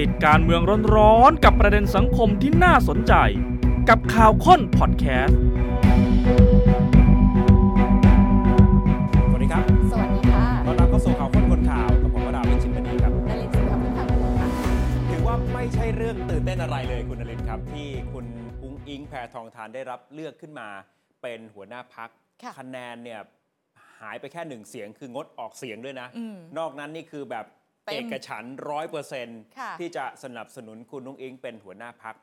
ติดการเมืองร้อนๆกับประเด็นสังคมที่น่าสนใจ กับข่าวค้นพอดแคสต์ สวัสดีครับ สวัสดีค่ะ ตอนรับเข้าสู่ข่าวค้นคนข่าวกับผมวราวิชิตบดีครับ นารินสุขภาพคุณค่ะ ถือว่าไม่ใช่เรื่องตื่นเต้นอะไรเลยคุณนรินทร์ครับ ที่คุณอุ้งอิงแพรทองทานได้รับเลือกขึ้นมา เป็นหัวหน้าพัก ค่ะ คะแนนเนี่ยหายไปแค่หนึ่งเสียงคืองดออกเสียงด้วยนะ อืม นอกนั้นนี่คือแบบ เต็ม เอกฉันร้อยเปอร์เซนต์ ค่ะ ที่จะสนับสนุนคุณนุ้งอิงเป็นหัวหน้าพัก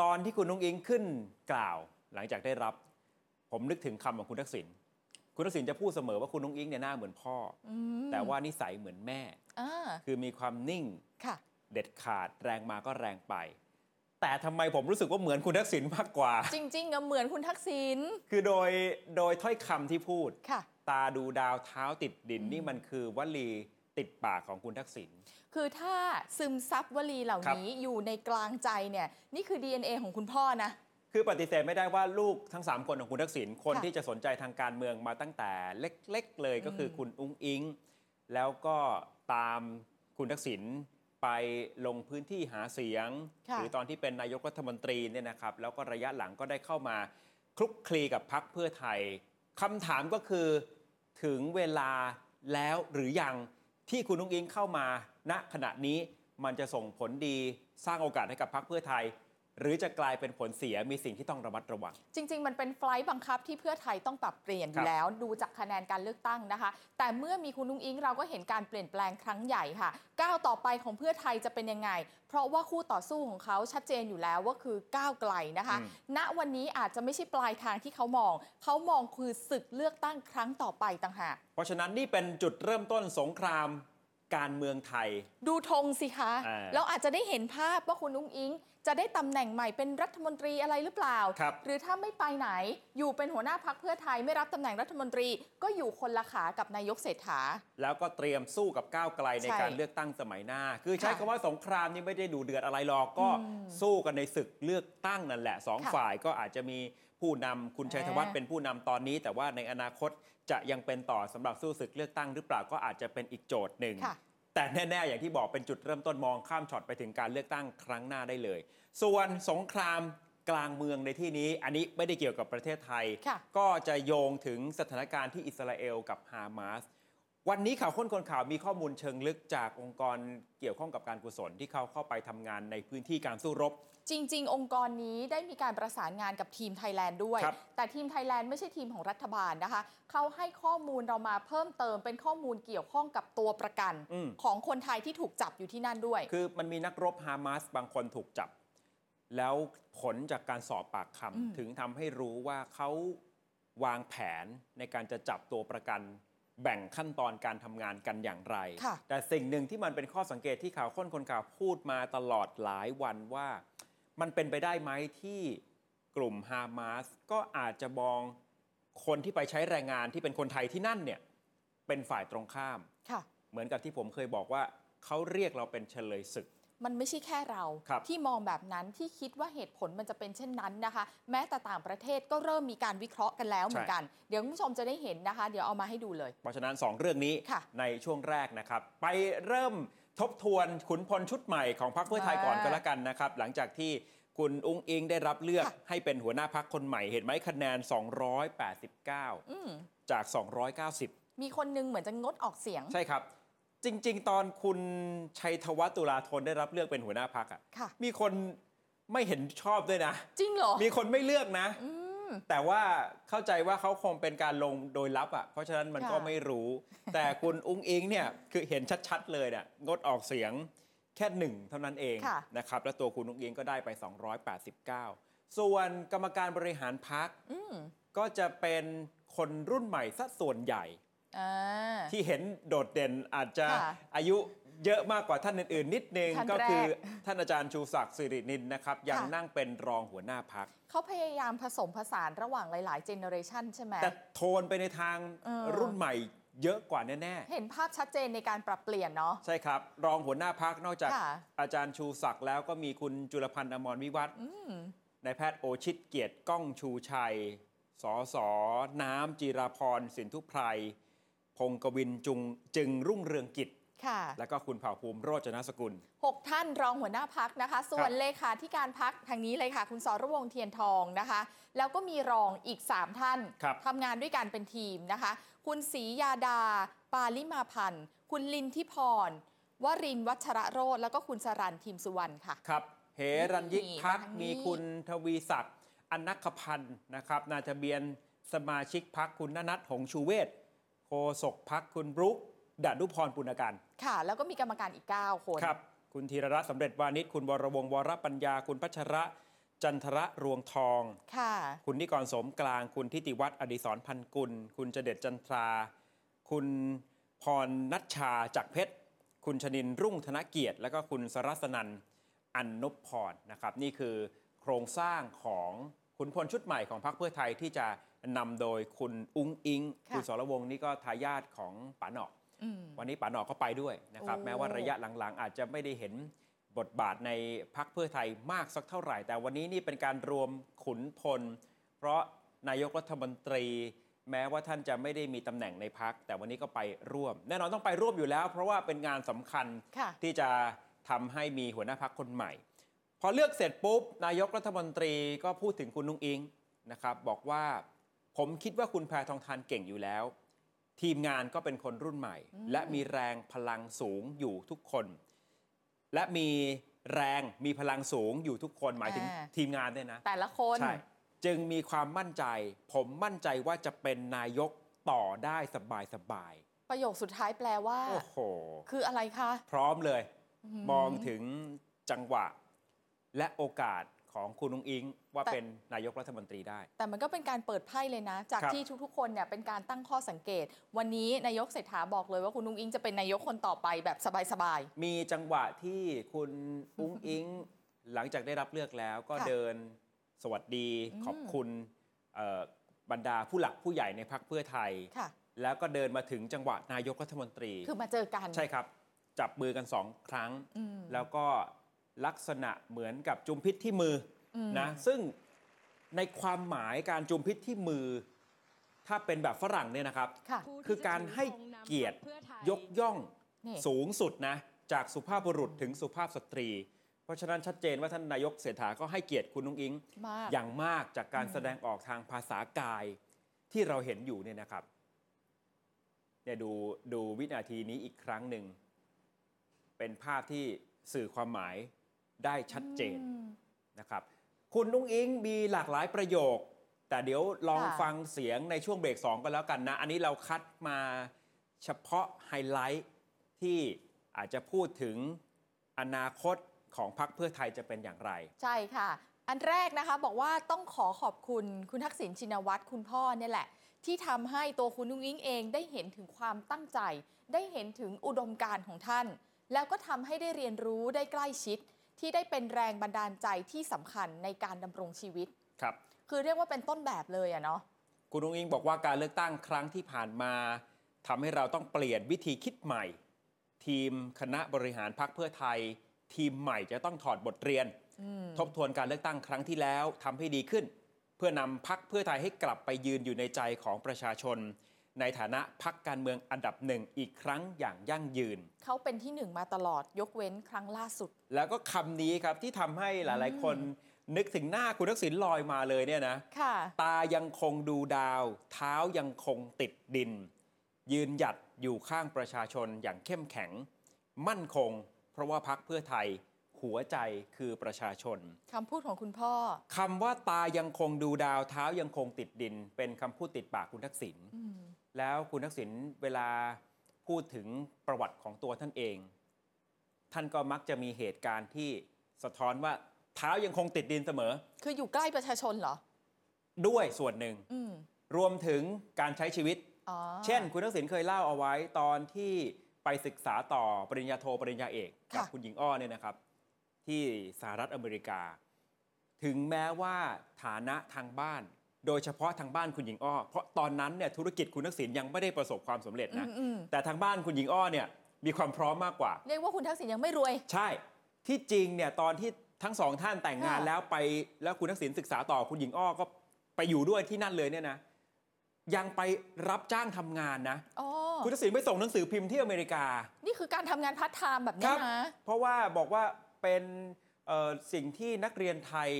ตอนที่คุณนุ้งอิงขึ้นกล่าว หลังจากได้รับ ผมนึกถึงคำของคุณทักษิณคุณทักษิณจะพูดเสมอว่าคุณนุ้งอิงเนี่ยหน้าเหมือนพ่ออ อืม แต่ว่านิสัยเหมือนแม่ อ่า คือมีความนิ่ง ค่ะ เด็ดขาดแรงมาก็แรงไป แต่ทำไมผมรู้สึกว่าเหมือนคุณทักษิณมากกว่า จริงๆอะเหมือนคุณทักษิณ คือโดยโดยถ้อยคำที่พูด ค่ะ ตาดูดาวเท้าติดดิน อืม นี่มันคือวลีติดปากของคุณทักษิณ คือถ้าซึมซับวลีเหล่านี้อยู่ในกลางใจเนี่ย นี่คือ DNA ของคุณพ่อนะ คือปฏิเสธไม่ได้ว่าลูกทั้ง 3 คนของคุณทักษิณคน ค่ะ ที่จะสนใจทางการเมืองมาตั้งแต่เล็ก ๆ เลยก็คืออ ม คุณอุ้งอิง แล้วก็ตามคุณทักษิณไปลงพื้นที่หาเสียง หรือตอนที่เป็นนายกรัฐมนตรีเนี่ยนะครับ แล้วก็ระยะหลังก็ได้เข้ามาคลุกคลีกับพักเพื่อไทยคำถามก็คือถึงเวลาแล้วหรือยังที่คุณนุ้งอิงเข้ามาณขณะนี้มันจะส่งผลดีสร้างโอกาสให้กับพักเพื่อไทย หรือจะกลายเป็นผลเสียมีสิ่งที่ต้องระมัดระวัง จริง ๆ มันเป็นไฟล์บังคับที่เพื่อไทยต้องปรับเปลี่ยนอ ครั ยู่ บ แล้ว ดูจากคะแนนการเลือกตั้งนะคะ แต่เมื่อมีคุณนุ้งอิงเราก็เห็นการเปลี่ยนแปลงครั้งใหญ่ค่ะก้าวต่อไปของเพื่อไทยจะเป็นยังไง เพราะว่าคู่ต่อสู้ของเขาชัดเจนอยู่แล้วว่าคือก้าวไกลนะคะ อืม ณวันนี้อาจจะไม่ใช่ปลายทางที่เขามอง เขามองคือศึกเลือกตั้งครั้งต่อไปต่างหาก เพราะฉะนั้นนี่เป็นจุดเริ่มต้นสงครามการเมืองไทย ดูธงสิคะ อ่า แล้วอาจจะได้เห็นภาพว่าคุณนุ้งอิง จะได้ตำแหน่งใหม่เป็นรัฐมนตรีอะไรหรือเปล่า ครับ หรือถ้าไม่ไปไหนอยู่เป็นหัวหน้าพักเพื่อไทยไม่รับตำแหน่งรัฐมนตรี ก็อยู่คนละขากับนายกเศรษฐา แล้วก็เตรียมสู้กับก้าวไกลใน ใช่ การเลือกตั้งสมัยหน้า คือใช้ ค่ะ คำว่าสงครามนี่ไม่ได้ดูเดือดอะไรหรอกก็ อืม สู้กันในศึกเลือกตั้งนั่นแหละสอง ค่ะ ฝ่ายก็อาจจะมีผู้นำคุณชัยธวัฒน์ อ่า เป็นผู้นำตอนนี้ แต่ว่าในอนาคตจะยังเป็นต่อสำหรับสู้ศึกเลือกตั้งหรือเปล่าก็อาจจะเป็นอีกโจทย์หนึ่ง ค่ะ แต่แน่ ๆ อย่างที่บอกเป็นจุดเริ่มต้นมองข้ามช็อตไปถึงการเลือกตั้งครั้งหน้าได้เลย ส่วนสงครามกลางเมืองในที่นี้ อันนี้ไม่ได้เกี่ยวกับประเทศไทย ค่ะ ก็จะโยงถึงสถานการณ์ที่อิสราเอลกับฮามาส วันนี้ข่าวค้นคนข่าวมีข้อมูลเชิงลึกจากองค์กรเกี่ยวข้องกับการกุศลที่เขาเข้าไปทำงานในพื้นที่การสู้รบ จริง ๆ องค์กรนี้ได้มีการประสานงานกับทีมไทยแลนด์ด้วย ครับ แต่ทีมไทยแลนด์ไม่ใช่ทีมของรัฐบาลนะคะ เขาให้ข้อมูลเรามาเพิ่มเติมเป็นข้อมูลเกี่ยวข้องกับตัวประกัน อืม ของคนไทยที่ถูกจับอยู่ที่นั่นด้วย คือมันมีนักรบฮามาสบางคนถูกจับ แล้วผลจากการสอบปาก อืม คำถึงทำให้รู้ว่าเขาวางแผนในการจะจับตัวประกัน แบ่งขั้นตอนการทำงานกันอย่างไร ค่ะ แต่สิ่งหนึ่งที่มันเป็นข้อสังเกตที่ข่าวค้นคนข่าวพูดมาตลอดหลายวันว่า มันเป็นไปได้ไหมที่กลุ่มฮามาสก็อาจจะมองคนที่ไปใช้แรงงานที่เป็นคนไทยที่นั่นเนี่ยเป็นฝ่ายตรงข้าม ค่ะ เหมือนกับที่ผมเคยบอกว่าเขาเรียกเราเป็นเฉลยศึก มันไม่ใช่แค่เรา ครับ ที่มองแบบนั้นที่คิดว่าเหตุผลมันจะเป็นเช่นนั้นนะคะ แม้แต่ต่างประเทศก็เริ่มมีการวิเคราะห์กันแล้วเหมือน ใช่ กัน เดี๋ยวคุณผู้ชมจะได้เห็นนะคะ เดี๋ยวเอามาให้ดูเลย เพราะฉะนั้น 2 เรื่องนี้ ค่ะ ในช่วงแรกนะครับ ไปเริ่มทบทวนขุนพลชุดใหม่ของพรรคเพื่อไทยก่อนก็แล้วกันนะครับ หลังจากที่คุณอุ้งอิงได้รับเลือกให้เป็นหัวหน้าพักคนใหม่เห็นไหมคะแนน 289 อืม จาก มีคนนึงเหมือนจะงดออกเสียง 290 ใช่ครับ จริง ๆ ตอนคุณชัยธวัฒน์ตุลาธนได้รับเลือกเป็นหัวหน้าพักอ่ะ ค่ะ มีคนไม่เห็นชอบด้วยนะ จริงเหรอ มีคนไม่เลือกนะ อืม แต่ว่าเข้าใจว่าเขาคงเป็นการลงโดยลับอ่ะ เพราะฉะนั้นมัน ค่ะ ก็ไม่รู้ แต่คุณอุ้งอิงเนี่ยคือเห็นชัดๆเลยเนี่ยงดออกเสียงแค่หนึ่งเท่านั้นเองนะครับ แล้วตัวคุณอุ้งอิงก็ได้ไป 289 ส่วนกรรมการบริหารพัก อืม ก็จะเป็นคนรุ่นใหม่ซะส่วนใหญ่ อ่า ที่เห็นโดดเด่นอาจจะ ค่ะ อายุเยอะมากกว่าท่านอื่นๆ นิดนึง ท่าน ก็ แรก คือท่านอาจารย์ชูศักดิ์สิรินินนะครับยัง ค่ะ นั่งเป็นรองหัวหน้าพัก เขาพยายามผสมผสานระหว่างหลาย ๆ เจเนอเรชันใช่ไหม แต่โทนไปในทาง เออ รุ่นใหม่เยอะกว่าแน่ เห็นภาพชัดเจนในการปรับเปลี่ยนเนาะ ๆ ใช่ครับ รองหัวหน้าพักนอกจาก ค่ะ อาจารย์ชูศักดิ์แล้วก็มีคุณจุลพันธ์อมรวิวัฒน์ อืม นายแพทย์โอชิตเกียรติก้องชูชัย สสน้ำจิราพรสินทุไพรพงศ์กวินจุงจึงรุ่งเรืองกิจ ค่ะ แล้วก็คุณเผ่าภูมิโรจนสกุล 6 ท่านรองหัวหน้าพักนะคะ ส่วนเลขาธิการพักทางนี้เลยค่ะ คุณสรวงศ์เทียนทองนะคะ แล้วก็มีรองอีก 3 ท่าน ครับ ทำงานด้วยกันเป็นทีมนะคะ คุณศรียาดา ปาลิมาพันธ์ คุณลินทิพรวรินทร์วัชระโรธแล้วก็คุณสรันทีมสุวรรณค่ะ ครับเฮรัญยิกพัก ทางนี้ มีคุณทวีศักดิ์อนัคพันธ์นะครับนายทะเบียนสมาชิกพักคุณณนัทหงชูเวศโคศกพักคุณบรุกดานุพรปุณการ ค่ะ แล้วก็มีกรรมการอีก 9 คน ครับ คุณธีรรัตน์สำเร็จวานิช คุณวรวงศ์วรปัญญา คุณพัชระ จันทระรวงทอง ค่ะ คุณนิกรสมกลาง คุณทิติวัฒน์อดิศรพันกุล คุณเจเดชจันทรา คุณพรนัชชาจากเพชร คุณชนินรุ่งธนเกียรติ และก็คุณสรัสนันอันนพพรนะครับ นี่คือโครงสร้างของขุนพลชุดใหม่ของพรรคเพื่อไทยที่จะนำโดยคุณอุ้งอิง ค่ะ คุณสรวงศ์นี่ก็ทายาทของป๋าหนอก อืม วันนี้ป๋าหนอกก็ไปด้วยนะครับ โอ้ แม้ว่าระยะหลังๆ อาจจะไม่ได้เห็นบทบาทในพักเพื่อไทยมากสักเท่าไหร่ แต่วันนี้นี่เป็นการรวมขุนพล เพราะนายกรัฐมนตรี แม้ว่าท่านจะไม่ได้มีตำแหน่งในพัก แต่วันนี้ก็ไปร่วม แน่นอนต้องไปร่วมอยู่แล้ว เพราะว่าเป็นงานสำคัญ ค่ะ ที่จะทำให้มีหัวหน้าพักคนใหม่ พอเลือกเสร็จปุ๊บ นายกรัฐมนตรีก็พูดถึงคุณนุ้งอิงนะครับบอกว่าผมคิดว่าคุณแพรทองทานเก่งอยู่แล้ว ทีมงานก็เป็นคนรุ่นใหม่ อืม และมีแรงพลังสูงอยู่ทุกคน และมีแรงมีพลังสูงอยู่ทุกคนหมายถึงทีมงานด้วยนะ แต่ละคน ใช่ จึงมีความมั่นใจ ผมมั่นใจว่าจะเป็นนายกต่อได้สบายสบาย ประโยคสุดท้ายแปลว่า ๆโอ้โห คืออะไรคะ พร้อมเลย มอง ถึง ถึงจังหวะและโอกาสของคุณนุ้งอิง ว่า แต่ เป็นนายกรัฐมนตรีได้ แต่มันก็เป็นการเปิดไพ่เลยนะ จาก ครับ ที่ทุกๆ คนเนี่ยเป็นการตั้งข้อสังเกต วันนี้นายกเศรษฐาบอกเลยว่าคุณนุ้งอิงจะเป็นนายกคนต่อไปแบบสบาย มีจังหวะที่คุณอุ้งอิง หลังจากได้รับเลือกแล้วก็ ค่ะ เดินสวัสดี อืม ขอบคุณเอ่อบรรดาผู้หลักผู้ใหญ่ในพักเพื่อไทย ๆ ค่ะ แล้วก็เดินมาถึงจังหวะนายกรัฐมนตรี คือมาเจอกัน ใช่ครับ จับมือกันสองครั้ง อืม แล้วก็ลักษณะเหมือนกับจุมพิษที่มือ อืม นะซึ่งในความหมายการจุมพิษที่มือ ถ้าเป็นแบบฝรั่งเนี่ยนะครับ ค่ะ คือการให้เกียรติยกย่อง นี่ สูงสุดนะ จากสุภาพบุรุษถึงสุภาพสตรี เพราะฉะนั้นชัดเจนว่าท่านนายกเศรษฐาก็ให้เกียรติคุณนุ้งอิง มาก อย่างมากจากการ อืม แสดงออกทางภาษากายที่เราเห็นอยู่เนี่ยนะครับเนี่ยดูดูวินาทีนี้อีกครั้งหนึ่ง เป็นภาพที่สื่อความหมายได้ชัดเจน อืม นะครับคุณนุ้งอิงมีหลากหลายประโยค แต่เดี๋ยวลอง ค่ะ ฟังเสียงในช่วงเบรก 2 ก็แล้วกันนะ อันนี้เราคัดมาเฉพาะไฮไลท์ที่อาจจะพูดถึงอนาคตของพรรคเพื่อไทยจะเป็นอย่างไร ใช่ค่ะ อันแรกนะคะบอกว่าต้องขอขอบคุณคุณทักษิณชินวัตรคุณพ่อเนี่ยแหละ ที่ทำให้ตัวคุณนุ้งอิงเองได้เห็นถึงความตั้งใจ ได้เห็นถึงอุดมการณ์ของท่าน แล้วก็ทำให้ได้เรียนรู้ได้ใกล้ชิด ที่ได้เป็นแรงบันดาลใจที่สำคัญในการดำรงชีวิต ครับ คือเรียกว่าเป็นต้นแบบเลยอะเนาะ คุณนุ้งอิงบอกว่าการเลือกตั้งครั้งที่ผ่านมาทำให้เราต้องเปลี่ยนวิธีคิดใหม่ ทีมคณะบริหารพรรคเพื่อไทย ทีมใหม่จะต้องถอดบทเรียน อืม ทบทวนการเลือกตั้งครั้งที่แล้วทำให้ดีขึ้น เพื่อนำพักเพื่อไทยให้กลับไปยืนอยู่ในใจของประชาชน ในฐานะพักการเมืองอันดับหนึ่งอีกครั้งอย่างยั่งยืน เขาเป็นที่หนึ่งมาตลอดยกเว้นครั้งล่าสุด แล้วก็คำนี้ครับที่ทำให้หลาย ๆ คนนึกถึงหน้าคุณทักษิณลอยมาเลยเนี่ยนะ ค่ะ ตายังคงดูดาว เท้ายังคงติดดิน ยืนหยัดอยู่ข้างประชาชนอย่างเข้มแข็ง มั่นคง เพราะว่าพักเพื่อไทยหัวใจคือประชาชน คำพูดของคุณพ่อ คำว่าตายังคงดูดาวเท้ายังคงติดดิน เป็นคำพูดติดปากคุณทักษิณ อืม แล้วคุณทักษิณเวลาพูดถึงประวัติของตัวท่านเอง ท่านก็มักจะมีเหตุการณ์ที่สะท้อนว่าเท้ายังคงติดดินเสมอ คืออยู่ใกล้ประชาชนเหรอ ด้วยส่วนหนึ่ง อืม รวมถึงการใช้ชีวิต อ๋อ เช่น คุณทักษิณเคยเล่าเอาไว้ตอนที่ไปศึกษาต่อปริญญาโทปริญญาเอก กัคุณหญิงอ้อเนี่ยนะครับ ที่สหรัฐอเมริกา ถึงแม้ว่าฐานะทางบ้าน โดยเฉพาะทางบ้านคุณหญิงอ้อ เพราะตอนนั้นเนี่ยธุรกิจคุณทักษิณยังไม่ได้ประสบความสำเร็จ อื นะ มอืม แต่ทางบ้านคุณหญิงอ้อเนี่ยมีความพร้อมมากกว่า เรียกว่าคุณทักษิณยังไม่รวย ใช่ที่จริงเนี่ยตอนที่ทั้งสองท่านแต่งงาน ค่ะ แล้วไปแล้วคุณทักษิณศึกษาต่อคุณหญิงอ้อก็ไปอยู่ด้วยที่นั่นเลยเนี่ยนะ ยังไปรับจ้างทำงานนะ อ๋อ คุณทักษิณไปส่งหนังสือพิมพ์ที่อเมริกา นี่คือการทำงานพาร์ทไทม์แบบ ค เนี้ รั ย บ นะ เพราะว่าบอกว่าเป็นเอ่อสิ่งที่นักเรียนไทย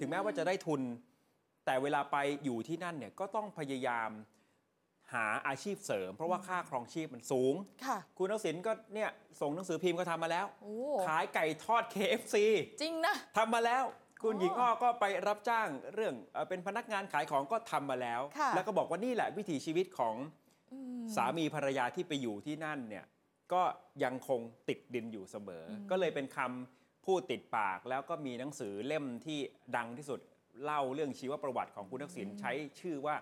ถึงแม้ว่าจะได้ทุน แต่เวลาไปอยู่ที่นั่นเนี่ยก็ต้องพยายามหาอาชีพเสริม เพราะว่าค่าครองชีพมันสูง ค่ะ คุณทักษิณก็เนี่ยส่งหนังสือพิมพ์ก็ทำมาแล้ว โอ้ ขายไก่ทอด KFC จริงนะ ทำมาแล้ว คุณ อ๋อ หญิงอ้อก็ไปรับจ้างเรื่องเอ่อเป็นพนักงานขายของก็ทำมาแล้ว ค่ะ แล้วก็บอกว่านี่แหละวิถีชีวิตของ อืม สามีภรรยาที่ไปอยู่ที่นั่นเนี่ยก็ยังคงติดดินอยู่เสมออ ม ก็เลยเป็นคำพูดติดปาก แล้วก็มีหนังสือเล่มที่ดังที่สุดเล่าเรื่องชีวประวัติของคุณทักษิณใช้ชื่อว่า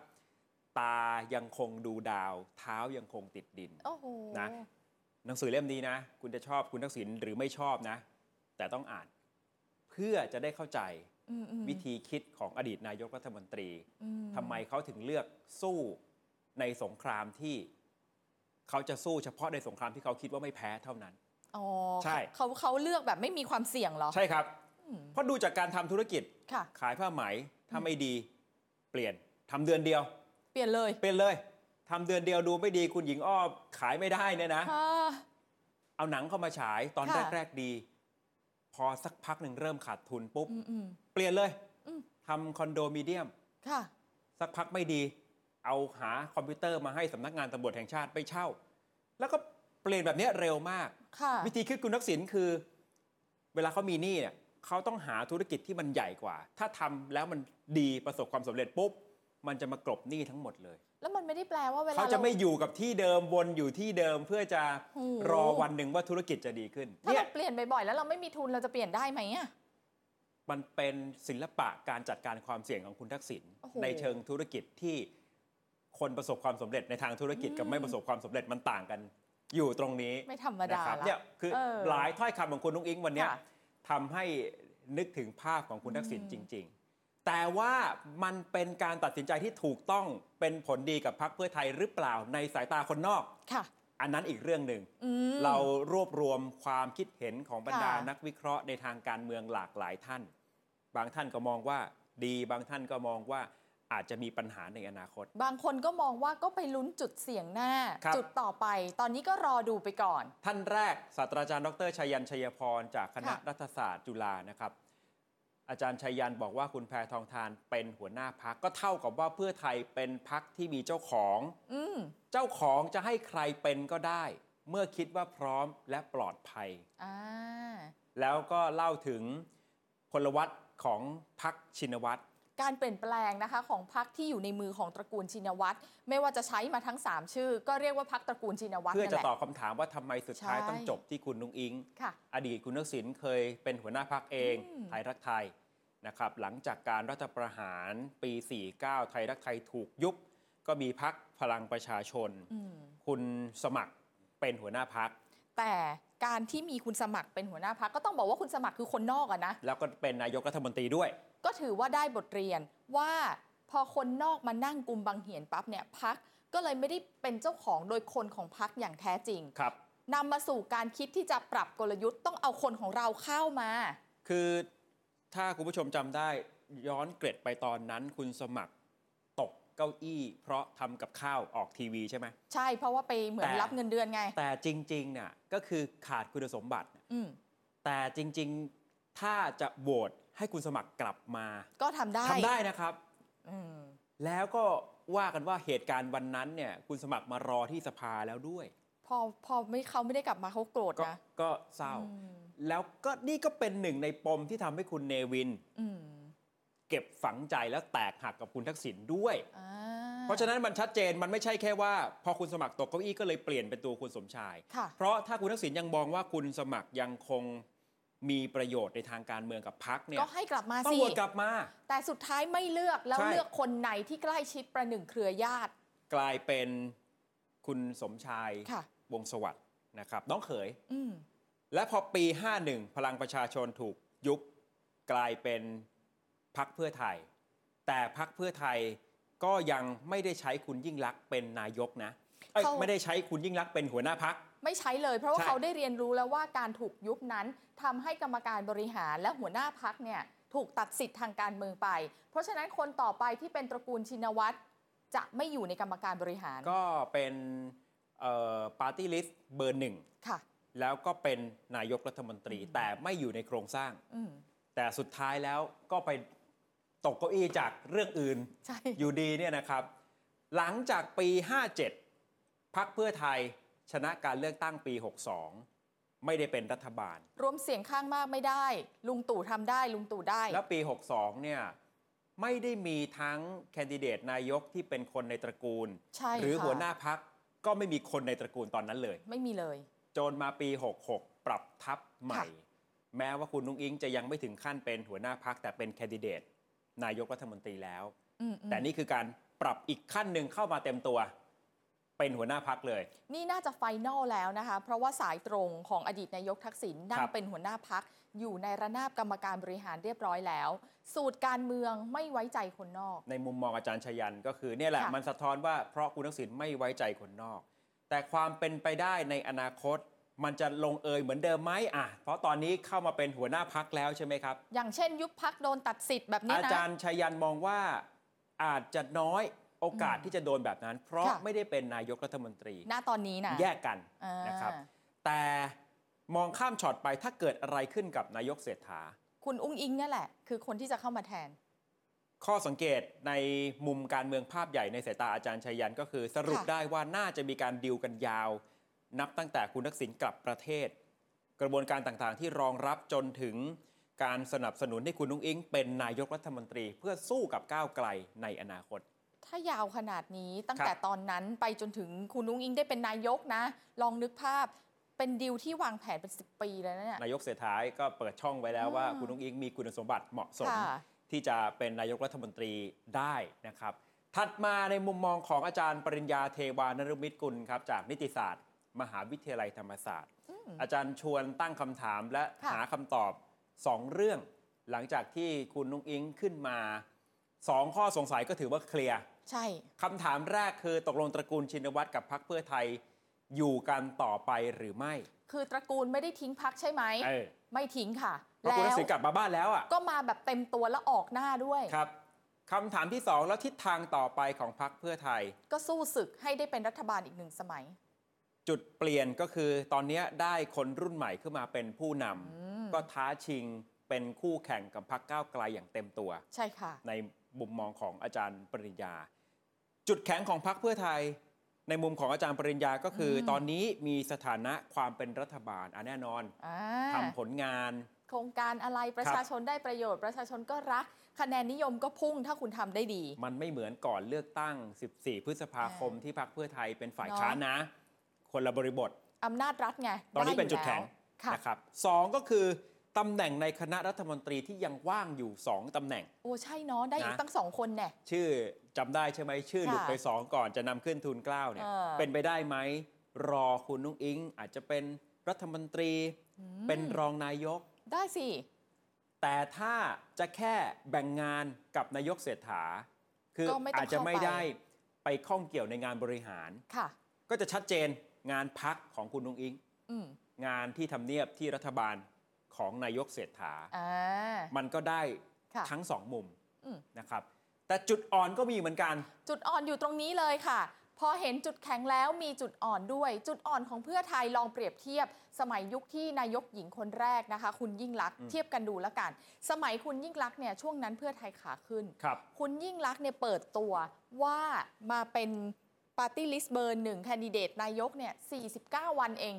ตายังคงดูดาว เท้ายังคงติดดิน โอ้โห นะ หนังสือเล่มนี้นะ คุณจะชอบคุณทักษิณหรือไม่ชอบนะ แต่ต้องอ่าน เพื่อจะได้เข้าใจ อืมอืม วิธีคิดของอดีตนายกรัฐมนตรี อื ทำไมเขาถึงเลือกสู้ในสงครามที่ เขาจะสู้เฉพาะในสงครามที่เขาคิดว่าไม่แพ้เท่านั้น อ๋อ ใช่ เขาเขาเลือกแบบไม่มีความเสี่ยงเหรอ ใช่ครับ อืม เพราะดูจากการทำธุรกิจ ค่ะ ขายผ้าไหมถ้าไม่ดี เปลี่ยนทำเดือนเดียว เปลี่ยนเลย เปลี่ยนเลยทำเดือนเดียวดูไม่ดีคุณหญิงอ้อขายไม่ได้เนี่ยนะ ค่ะ เอาหนังเข้ามาฉายตอน ค่ะ แรกๆดี พอสักพักหนึ่งเริ่มขาดทุนปุ๊บ อืมอืม เปลี่ยนเลย อืม ทำคอนโดมิเดียม ค่ะ สักพักไม่ดี เอาหาคอมพิวเตอร์มาให้สำนักงานตำรวจแห่งชาติไปเช่า แล้วก็เปลี่ยนแบบเนี้ยเร็วมาก ค่ะ วิธีคิดคุณทักษิณคือ เวลาเขามีหนี้เนี่ยเขาต้องหาธุรกิจที่มันใหญ่กว่า ถ้าทำแล้วมันดีประสบความสำเร็จปุ๊บ มันจะมากลบหนี้ทั้งหมดเลย แล้วมันไม่ได้แปลว่าเวลา เขาจะ ร ไม่อยู่กับที่เดิมวนอยู่ที่เดิมเพื่อจะ โอ้ รอวันหนึ่งว่าธุรกิจจะดีขึ้น ถ้า เนี่ เรา ย เปลี่ยนบ่อยๆแล้วเราไม่มีทุนเราจะเปลี่ยนได้ไหมอ่ะ มันเป็นศิลปะการจัดการความเสี่ยงของคุณทักษิณ โอ้โห ในเชิงธุรกิจที่คนประสบความสำเร็จในทางธุรกิจกับ อืม ไม่ประสบความสำเเร็จมันต่างกัน อยู่ตรงนี้ ไม่ธรรม นะ ดา ครับ ละ เนี่ยคือ เออ หลายถ้อยคำของคุณนุ้งอิงวันเนี้ย ค่ะ ทำให้นึกถึงภาพของคุณทักษิณ อืม จริง ๆ แต่ว่ามันเป็นการตัดสินใจที่ถูกต้องเป็นผลดีกับพรรคเพื่อไทยหรือเปล่าในสายตาคนนอก ค่ะ อันนั้นอีกเรื่องหนึ่ง อืม เรารวบรวมความคิดเห็นของบรรดา ค่ะ นักวิเคราะห์ในทางการเมืองหลากหลายท่าน บางท่านก็มองว่าดีบางท่านก็มองว่าอาจจะมีปัญหาในอนาคต บางคนก็มองว่าก็ไปลุ้นจุดเสี่ยงหน้า ครับ จุดต่อไป ตอนนี้ก็รอดูไปก่อน ท่านแรกศาสตราจารย์ดรชัยยันชัยพร จากคณะ ค่ะ รัฐศาสตร์จุฬานะครับ อาจารย์ชัยยันบอกว่าคุณแพทองทานเป็นหัวหน้าพักก็เท่ากับว่าเพื่อไทยเป็นพักที่มีเจ้าของ อืม เจ้าของจะให้ใครเป็นก็ได้ เมื่อคิดว่าพร้อมและปลอดภัย อ่า แล้วก็เล่าถึงพลวัตของพักชินวัตร การเปลี่ยนแปลงนะคะของพรรคที่อยู่ในมือของตระกูลชินวัตรไม่ว่าจะใช้มาทั้ง 3 ชื่อ ก็เรียกว่าพรรคตระกูลชินวัตร เพื่อ นั่น จะ แหละ ตอบคำถามว่าทำไมสุดท้าย ใช่ ต้องจบที่คุณนุ้งอิง ค่ะ อดีตคุณทักษิณเคยเป็นหัวหน้าพักเอง อืม ไทยรักไทยนะครับ หลังจากการรัฐประหารปี 49 ไทยรักไทยถูกยุบ ก็มีพักพลังประชาชน อืม คุณสมัครเป็นหัวหน้าพัก แต่การที่มีคุณสมัครเป็นหัวหน้าพักก็ต้องบอกว่าคุณสมัครคือคนนอกอะนะ แล้วก็เป็นนายกรัฐมนตรีด้วย ก็ถือว่าได้บทเรียนว่าพอคนนอกมานั่งกลุ่มบังเหียนปั๊บเนี่ยพักก็เลยไม่ได้เป็นเจ้าของโดยคนของพักอย่างแท้จริง ครับ นำมาสู่การคิดที่จะปรับกลยุทธ์ต้องเอาคนของเราเข้ามา คือถ้าคุณผู้ชมจำได้ย้อนเกร็ดไปตอนนั้น คุณสมัครตกเก้าอี้ เพราะทำกับข้าวออกทีวีใช่ไหม ใช่เพราะว่าไปเหมือน แต่ รับเงินเดือนไง แต่จริงๆเนี่ยก็คือขาดคุณสมบัติ อืม แต่จริงๆ ถ้าจะโหวตให้คุณสมัครกลับมา ก็ทำได้ ทำได้นะครับ อืม แล้วก็ว่ากันว่าเหตุการณ์วันนั้นเนี่ยคุณสมัครมารอที่สภาแล้วด้วย พอพอไม่เขาไม่ได้กลับมาเขาโกรธ ก็ นะ ก็เศร้า อืม แล้วก็นี่ก็เป็นหนึ่งในปมที่ทำให้คุณเนวิน อืม เก็บฝังใจแล้วแตกหักกับคุณทักษิณด้วย อ่ เพราะฉะนั้นมันชัดเจนมันไม่ใช่แค่ว่า พอคุณสมัครตกเก้าอี้ก็เลยเปลี่ยนเป็นตัวคุณสมชาย ค่ะ เพราะถ้าคุณทักษิณยังมองว่าคุณสมัครยังคงมีประโยชน์ในทางการเมืองกับพักเนี่ย ก็ให้กลับมา ต้อง สิ โหวตกลับมา แต่สุดท้ายไม่เลือกแล้ว ใช่ เลือกคนในที่ใกล้ชิดประหนึ่งเครือญาติ กลายเป็นคุณสมชาย ค่ะ วงศ์สวัสด์นะครับน้องเขย อืม และพอปี 51 พลังประชาชนถูกยุบกลายเป็นพักเพื่อไทย แต่พักเพื่อไทยก็ยังไม่ได้ใช้คุณยิ่งรักษณ์เป็นนายกนะเอ้ย เขา ไม่ได้ใช้คุณยิ่งรักษณ์เป็นหัวหน้าพัก ไม่ใช้เลย เพราะว่า ใช่ เขาได้เรียนรู้แล้วว่าการถูกยุบนั้นทำให้กรรมการบริหารและหัวหน้าพักเนี่ยถูกตัดสิทธิ์ทางการเมืองไป เพราะฉะนั้นคนต่อไปที่เป็นตระกูลชินวัตร จะไม่อยู่ในกรรมการบริหาร ก็เป็นปาร์ตี้ลิสต์เบอร์หนึ่ง ค่ะ แล้วก็เป็นนายกรัฐมนตรี อืม แต่ไม่อยู่ในโครงสร้าง อืม แต่สุดท้ายแล้วก็ไปตกเก้าอี้จากเรื่องอื่น ใช่ อยู่ดีเนี่ยนะครับ หลังจากปี 57 พักเพื่อไทยชนะการเลือกตั้งปี 62 ไม่ได้เป็นรัฐบาล รวมเสียงข้างมากไม่ได้ ลุงตู่ทำได้ ลุงตู่ได้ แล้วปี 62 เนี่ยไม่ได้มีทั้งแคนดิเดตนายกที่เป็นคนในตระกูล ใช่ หรือ ค่ะ หัวหน้าพักก็ไม่มีคนในตระกูลตอนนั้นเลย ไม่มีเลย จนมาปี 66 ปรับทับใหม่ ค่ะ แม้ว่าคุณนุ้งอิงจะยังไม่ถึงขั้นเป็นหัวหน้าพักแต่เป็นแคนดิเดต นายกรัฐมนตรีแล้ว อืมอืม แต่นี่คือการปรับอีกขั้นหนึ่งเข้ามาเต็มตัว เป็นหัวหน้าพักเลย นี่น่าจะไฟนอลแล้วนะคะ เพราะว่าสายตรงของอดีตนายกทักษิณนั่ ค ง รับ เป็นหัวหน้าพัก อยู่ในระนาบกรรมการบริหารเรียบร้อยแล้ว สูตรการเมืองไม่ไว้ใจคนนอก ในมุมมองอาจารย์ชยันก็คือเนี่ยแหละ ค่ะ มันสะท้อนว่าเพราะคุณทักษิณไม่ไว้ใจคนนอก แต่ความเป็นไปได้ในอนาคต มันจะลงเอยเหมือนเดิมไหมอ่ะเพราะตอนนี้เข้ามาเป็นหัวหน้าพักแล้วใช่ไหมครับ อย่างเช่น ยุบพักโดนตัดสิทธิ์แบบนี้ อา นะ จารย์ชยันมองว่าอาจจะน้อยโอกาส อืม ที่จะโดนแบบนั้น เพราะ ค่ะ ไม่ได้เป็นนายกรัฐมนตรี ณตอนนี้นะ แยกกัน อ่า นะครับ แต่มองข้ามช็อตไปถ้าเกิดอะไรขึ้นกับนายกเศรษฐา คุณอุ้งอิงเนี่ยแหละ คือคนที่จะเข้ามาแทน ข้อสังเกตในมุมการเมืองภาพใหญ่ในสายตาอาจารย์ชัยยันก็คือ สรุป ค่ะ ได้ว่าน่าจะมีการดิวกันยาว นับตั้งแต่คุณทักษิณกลับประเทศ กระบวนการต่างๆ ที่รองรับจนถึงการสนับสนุนให้คุณนุ้งอิง เป็นนายกรัฐมนตรี เพื่อสู้กับก้าวไกลในอนาคต ถ้ายาวขนาดนี้ตั้ง ครับ แต่ตอนนั้นไปจนถึงคุณนุ้งอิงได้เป็นนายกนะ ลองนึกภาพเป็นดีลที่วางแผนเป็น 10 ปีแล้วนะเนี่ย นายกเศรษฐาก็เปิดช่องไว้แล้วว่า อ่า คุณนุ้งอิงมีคุณสมบัติเหมาะสม ค่ะ ที่จะเป็นนายกรัฐมนตรีได้นะครับ ถัดมาในมุมมองของอาจารย์ปริญญาเทวานรุมิตรกุลครับจากนิติศาสตร์ มหาวิทยาลัยธรรมศาสตร์ อืม อาจารย์ชวนตั้งคำถามและ ค่ะ หาคำตอบ 2 เรื่อง หลังจากที่คุณนุ้งอิงขึ้นมา 2 ข้อสงสัยก็ถือว่าเคลียร์ ใช่ คำถามแรกคือตกลงตระกูลชินวัตรกับพรรคเพื่อไทยอยู่กันต่อไปหรือไม่ คือตระกูลไม่ได้ทิ้งพักใช่ไหม เออ ไม่ทิ้งค่ะ เพราะ แล้ คุณทั ว กษิณกลับมาบ้านแล้วอ่ะ ก็มาแบบเต็มตัวแล้วออกหน้าด้วย ครับคำถามที่ 2 แล้วทิศทางต่อไปของพรรคเพื่อไทย ก็สู้ศึกให้ได้เป็นรัฐบาลอีกหนึ่งสมัย จุดเปลี่ยนก็คือตอนนี้ได้คนรุ่นใหม่ขึ้นมาเป็นผู้น อืม ำก็ท้าชิงเป็นคู่แข่งกับพรรคก้าวไกลอย่างเต็มตัว ใช่ค่ะ ในมุมมองของอาจารย์ปริญญา จุดแข็งของพรรคเพื่อไทย ในมุมของอาจารย์ปริญญาก็คืออ ม ตอนนี้มีสถานะความเป็นรัฐบาลอ่ะแน่นอน อ่า ทำผลงาน โครงการอะไรประชาชนได้ประโยชน์ ประชาชนก็รัก คะแนนนิยมก็พุ่งถ้าคุณทำได้ดี มันไม่เหมือนก่อนเลือกตั้ง 14 พฤษภาคมที่พรรคเพื่อไทยเป็นฝ่าย เนอะ ค้านนะ คนละบริบท อำนาจรัฐไง ตอนนี้ ไยู่ เป็นจุดแข็ง ล้วค่ะ นะครับสองก็คือตำแหน่งในคณะรัฐมนตรีที่ยังว่างอยู่ 2ตำแหน่ง โอ้ใช่เนาะได้อีก นะ ตั้งสองคนแน่ ชื่อจำได้ใช่ไหมชื่อ ค่ะ หลุดไป 2 ก่อนจะนำขึ้นทุนเกล้าเนี่ย เออ เป็นไปได้ไหม รอคุณนุ้งอิง อาจจะเป็นรัฐมนตรี อืม เป็นรองนายก ได้สิ แต่ถ้าจะแค่แบ่งงานกับนายกเศรษฐา คือ ก็ไม่ต้อง อาจจะไม่ เข้าไป ได้ไปข้องเกี่ยวในงานบริหาร ค่ะ ก็จะชัดเจนงานพักของคุณนุ้งอิง อืม งานที่ทำเนียบที่รัฐบาลของนายกเศรษฐา อ่า มันก็ได้ ค่ะ ทั้งสองมุม อืม นะครับ แต่จุดอ่อนก็มีเหมือนกัน จุดอ่อนอยู่ตรงนี้เลยค่ะ พอเห็นจุดแข็งแล้วมีจุดอ่อนด้วย จุดอ่อนของเพื่อไทยลองเปรียบเทียบ สมัยยุคที่นายกหญิงคนแรกนะคะ คุณยิ่งลักษณ์ อืม เทียบกันดูแล้วกัน สมัยคุณยิ่งลักษณ์เนี่ยช่วงนั้นเพื่อไทยขาขึ้น ครับ คุณยิ่งลักษณ์เนี่ยเปิดตัวว่ามาเป็นปาร์ตี้ลิสต์เบอร์หนึ่งแคนดิเดตนายกเนี่ย49 วันเอง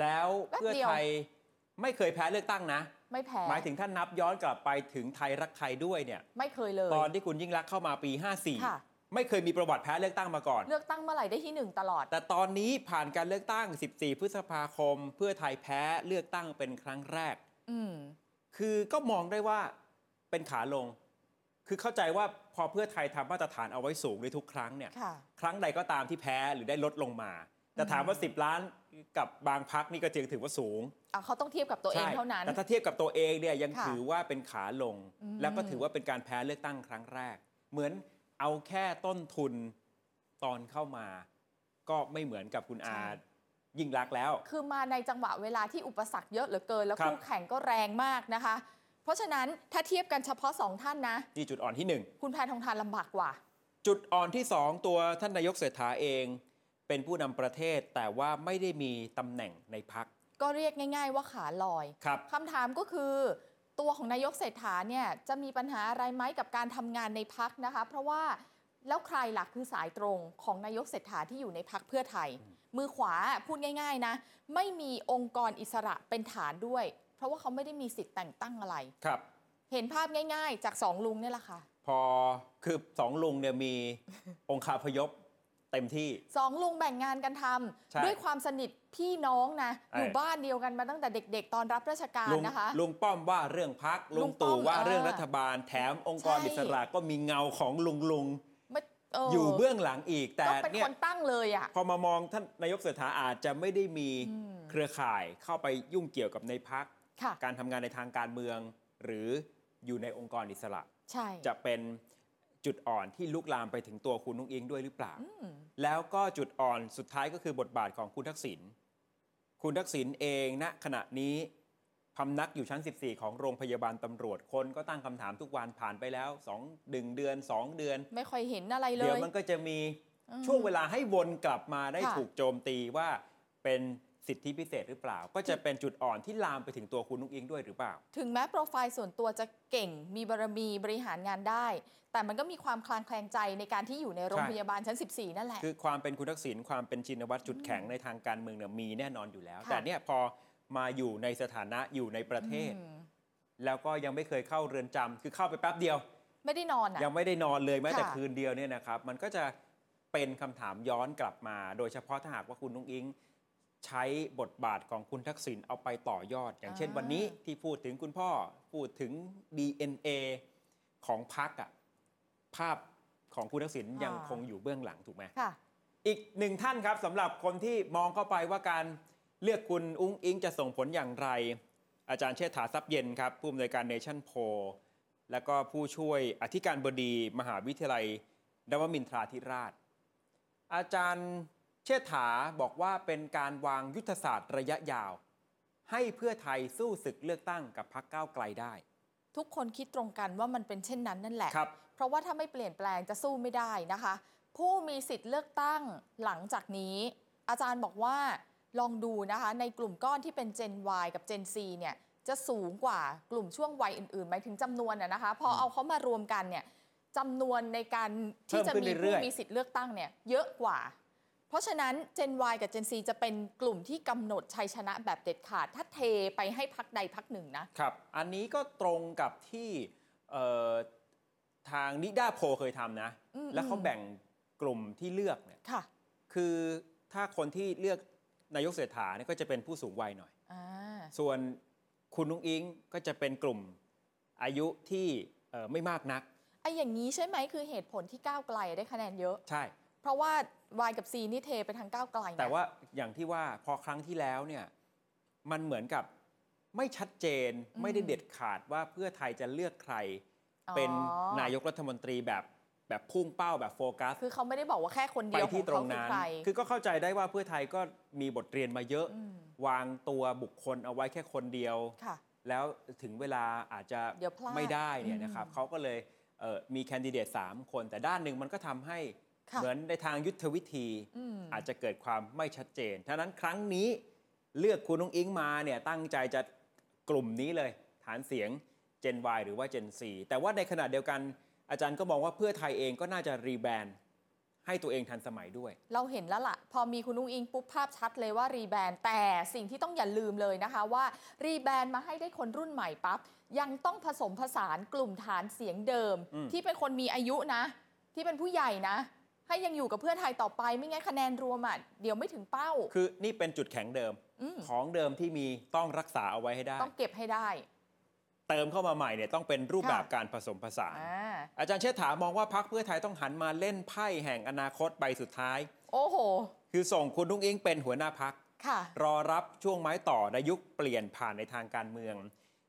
แล้ว แป๊บเดียว เพื่อไทยไม่เคยแพ้เลือกตั้งนะ ไม่แพ้ หมายถึงท่านนับย้อนกลับไปถึงไทยรักไทยด้วยเนี่ย ไม่เคยเลย ตอนที่คุณยิ่งรักษณ์เข้ามาปี ค่ะ 54 ไม่เคยมีประวัติแพ้เลือกตั้งมาก่อน เลือกตั้งเมื่อไหร่ได้ที่หนึ่งตลอด แต่ตอนนี้ผ่านการเลือกตั้ง 14 พฤษภาคม เพื่อไทยแพ้เลือกตั้งเป็นครั้งแรก อืม คือก็มองได้ว่าเป็นขาลง คือเข้าใจว่าพอเพื่อไทยทำมาตรฐานเอาไว้สูงในทุกครั้งเนี่ย ค่ะ ครั้งใดก็ตามที่แพ้หรือได้ลดลงมา แต่ถามว่า 10 ล้านกับบางพักนี่ก็จึงถือว่าสูง อ่ะเขาต้องเทียบกับตัวเอง ใช่ เท่านั้น แต่ถ้าเทียบกับตัวเองเนี่ยยัง ค่ะ ถือว่าเป็นขาลง อืม แล้วก็ถือว่าเป็นการแพ้เลือกตั้งครั้งแรก เหมือนเอาแค่ต้นทุนตอนเข้ามา ก็ไม่เหมือนกับคุณอายิ่งรักษณ์แล้ว คือมาในจังหวะเวลาที่อุปสรรคเยอะเหลือเกิน แล้ว ครับ คู่แข่งก็แรงมากนะคะ เพราะฉะนั้นถ้าเทียบกันเฉพาะสองท่านนะ นี่จุดอ่อนที่หนึ่ง คุณแพทองทานลำบากกว่า จุดอ่อนที่ 2 ตัวท่านนายกเศรษฐาเอง เป็นผู้นำประเทศแต่ว่าไม่ได้มีตำแหน่งในพัก ก็เรียกง่าย ๆ ว่าขาลอย ครับ คำถามก็คือ ตัวของนายกเศรษฐาเนี่ยจะมีปัญหาอะไรไหมกับการทำงานในพักนะคะ เพราะว่าแล้วใครหลักคือสายตรงของนายกเศรษฐาที่อยู่ในพักเพื่อไทย มือขวาพูดง่าย ๆนะ ไม่มีองค์กรอิสระเป็นฐานด้วย เพราะว่าเขาไม่ได้มีสิทธิ์แต่งตั้งอะไร ครับ เห็นภาพง่ายๆ จากสองลุงเนี่ยแหละค่ะ พอคือสองลุงเนี่ยมี องคาพยพเต็มที่ สองลุงแบ่งงานกันทำ ใช่ ด้วยความสนิทพี่น้องนะ ใช่ อยู่บ้านเดียวกันมาตั้งแต่เด็ก ๆ ตอนรับราชการ ลุง นะคะ ลุงป้อมว่าเรื่องพักลุ ลุ ง งป้อม ตู่ว่า เออ เรื่องรัฐบาล แถมองค์กร ใช่ อิสระก็มีเงาของลุงลุง ไม่เ อยู่เบื้องหลังอีก แต่ ก็เป็น เนี่ ค ย นตั้งเลยอ่ะ พอมามองท่านนายกเศรษฐาอาจจะไม่ได้มี อืม เครือข่ายเข้าไปยุ่งเกี่ยวกับในพัก ค่ะ การทำงานในทางการเมือง หรืออยู่ในองค์กรอิสระ ใช่ จะเป็นจุดอ่อนที่ลุกลามไปถึงตัวคุณนุ้งอิงด้วยหรือเปล่า อืม แล้วก็จุดอ่อนสุดท้ายก็คือบทบาทของคุณทักษิณ คุณทักษิณเองณขณะนี้พำนักอยู่ชั้น 14 ของโรงพยาบาลตำรวจคนก็ตั้งคำถามทุกวันผ่านไปแล้ว2 1เดือน 2 เดือน ไม่ค่อยเห็นอะไรเล เดี๋ยวย มันก็จะมี อืม ช่วงเวลาให้วนกลับมาได้ ค่ะ ถูกโจมตีว่าเป็นสิทธิพิเศษหรือเปล่า ก็จะเป็นจุดอ่อนที่ลามไปถึงตัวคุณนุ้งอิงด้วยหรือเปล่า ถึงแม้โปรไฟล์ส่วนตัวจะเก่ง มีบารมีบริหารงานได้ แต่มันก็มีความคลางแคลงใจในการที่อยู่ในโรง ใช่ พยาบาลชั้น 14 นั่นแหละ คือความเป็นคุณทักษิณความเป็นชินวัตรจุดแข็งในทางการเมืองเนี่ยมีแน่นอนอยู่แล้ว ค่ะ แต่เนี่ยพอมาอยู่ในสถานะอยู่ในประเทศ อืม แล้วก็ยังไม่เคยเข้าเรือนจำคือเข้าไปแป๊บเดียว ไม่ได้นอนอ่ะ ยังไม่ได้นอนเลยแม้แต่ ค่ะ คืนเดียวเนี่ยนะครับ มันก็จะเป็นคำถามย้อนกลับมา โดยเฉพาะถ้าหากว่าคุณนุ้งอิง ใช้บทบาทของคุณทักษิณเอาไปต่อยอด อย่างเช่นวันนี้ที่พูดถึงคุณพ่อพูดถึง DNA ของพักอะภาพของคุณทักษิณยังคงอยู่เบื้องหลังถูกไหม ค่ะ อีกหนึ่งท่านครับสำหรับคนที่มองเข้าไปว่าการเลือกคุณอุ้งอิงจะส่งผลอย่างไร อาจารย์เชษฐาทรัพย์เย็นครับ ผู้อำนวยการเนชั่นโพและก็ผู้ช่วยอธิการบดีมหาวิทยาลัยนวมินทราธิราช อาจารย์เชษฐาบอกว่าเป็นการวางยุทธศาสตร์ระยะยาว ให้เพื่อไทยสู้ศึกเลือกตั้งกับพรรคก้าวไกลได้ ทุกคนคิดตรงกันว่ามันเป็นเช่นนั้นนั่นแหละ ครับ เพราะว่าถ้าไม่เปลี่ยนแปลงจะสู้ไม่ได้นะคะ ผู้มีสิทธิ์เลือกตั้งหลังจากนี้ อาจารย์บอกว่าลองดูนะคะ ในกลุ่มก้อนที่เป็น Gen Y กับ Gen C เนี่ยจะสูงกว่ากลุ่มช่วงวัยอื่นๆหมายถึงจำนวนนะนะคะ พอเอาเขามารวมกันเนี่ยจำนวนในการที่ เพิ่ จะ มขึ้น มี เรื่ ผู้ อยๆ มีสิทธิ์เลือกตั้งเนี่ยเยอะกว่า เพราะฉะนั้น Gen Y กับ Gen C จะเป็นกลุ่มที่กำหนดชัยชนะแบบเด็ดขาด ถ้าเทไปให้พักใดพักหนึ่งนะ ครับ อันนี้ก็ตรงกับที่เอ่อทางนิด้าโพลเคยทำนะ อืม แล้วเขาแบ่งกลุ่มที่เลือกเนี่ย ค่ะ คือถ้าคนที่เลือกนายกเศรษฐาเนี่ยก็จะเป็นผู้สูงวัยหน่อย อ่า ส่วนคุณนุ้งอิงก็จะเป็นกลุ่มอายุที่เอ่อไม่มากนัก ไอ้อย่างนี้ใช่ไหมคือเหตุผลที่ก้าวไกลได้คะแนนเยอะ ใช่ เพราะว่า Y กับ C นี่เทไปทางก้าวไกลไง แต่ว่าอย่างที่ว่าพอครั้งที่แล้วเนี่ยมันเหมือนกับไม่ชัดเจนไม่ได้เด็ดขาดว่าเพื่อไทยจะเลือกใคร อ๋อ เป็นนายกรัฐมนตรีแบบแบบพุ่งเป้าแบบโฟกัส คือเขาไม่ได้บอกว่าแค่คน ไป เดียวขอ ที่ ง ตร เขา ง คือ นั้น ใคร คือก็เข้าใจได้ว่าเพื่อไทยก็มีบทเรียนมาเยอะ ม วางตัวบุคคลเอาไว้แค่คนเดียว ค่ะ แล้วถึงเวลาอาจจะ เดี๋ยวพลาด ไม่ได้เนี่ยนะครับ อืม เขาก็เลยเอ่อมีแคนดิเดต 3 คน แต่ด้านหนึ่งมันก็ทำให้ ค่ะ เหมือนในทางยุทธวิธี อืม อาจจะเกิดความไม่ชัดเจนท่านั้นครั้งนี้เลือกคุณนุ้งอิงมาเนี่ยตั้งใจจะกลุ่มนี้เลย ฐานเสียง Gen Y หรือว่า Gen C แต่ว่าในขณะเดียวกันอาจารย์ก็มองว่าเพื่อไทยเองก็น่าจะรีแบรนด์ให้ตัวเองทันสมัยด้วย เราเห็นแล้วล่ะ พอมีคุณนุ้งอิงปุ๊บภาพชัดเลยว่ารีแบรนด์แต่สิ่งที่ต้องอย่าลืมเลยนะคะว่ารีแบรนด์มาให้ได้คนรุ่นใหม่ปั๊บยังต้องผสมผสานกลุ่มฐานเสียงเดิม อืม ที่เป็นคนมีอายุนะ ที่เป็นผู้ใหญ่นะ ให้ยังอยู่กับเพื่อไทยต่อไปไม่งั้นคะแนนรวมอ่ะเดี๋ยวไม่ถึงเป้า คือนี่เป็นจุดแข็งเดิม ม ของเดิมที่มีต้องรักษาเอาไว้ให้ได้ ต้องเก็บให้ได้ เติมเข้ามาใหม่เนี่ยต้องเป็นรูปแบบ ค่ะ การผสมผสาน อ่า อาจารย์เชษฐามองว่าพักเพื่อไทยต้องหันมาเล่นไพ่แห่งอนาคตใบสุดท้าย โอ้โห คือส่งคุณนุ้งอิงเป็นหัวหน้าพัก ค่ะ รอรับช่วงไม้ต่อในยุคเปลี่ยนผ่านในทางการเมือง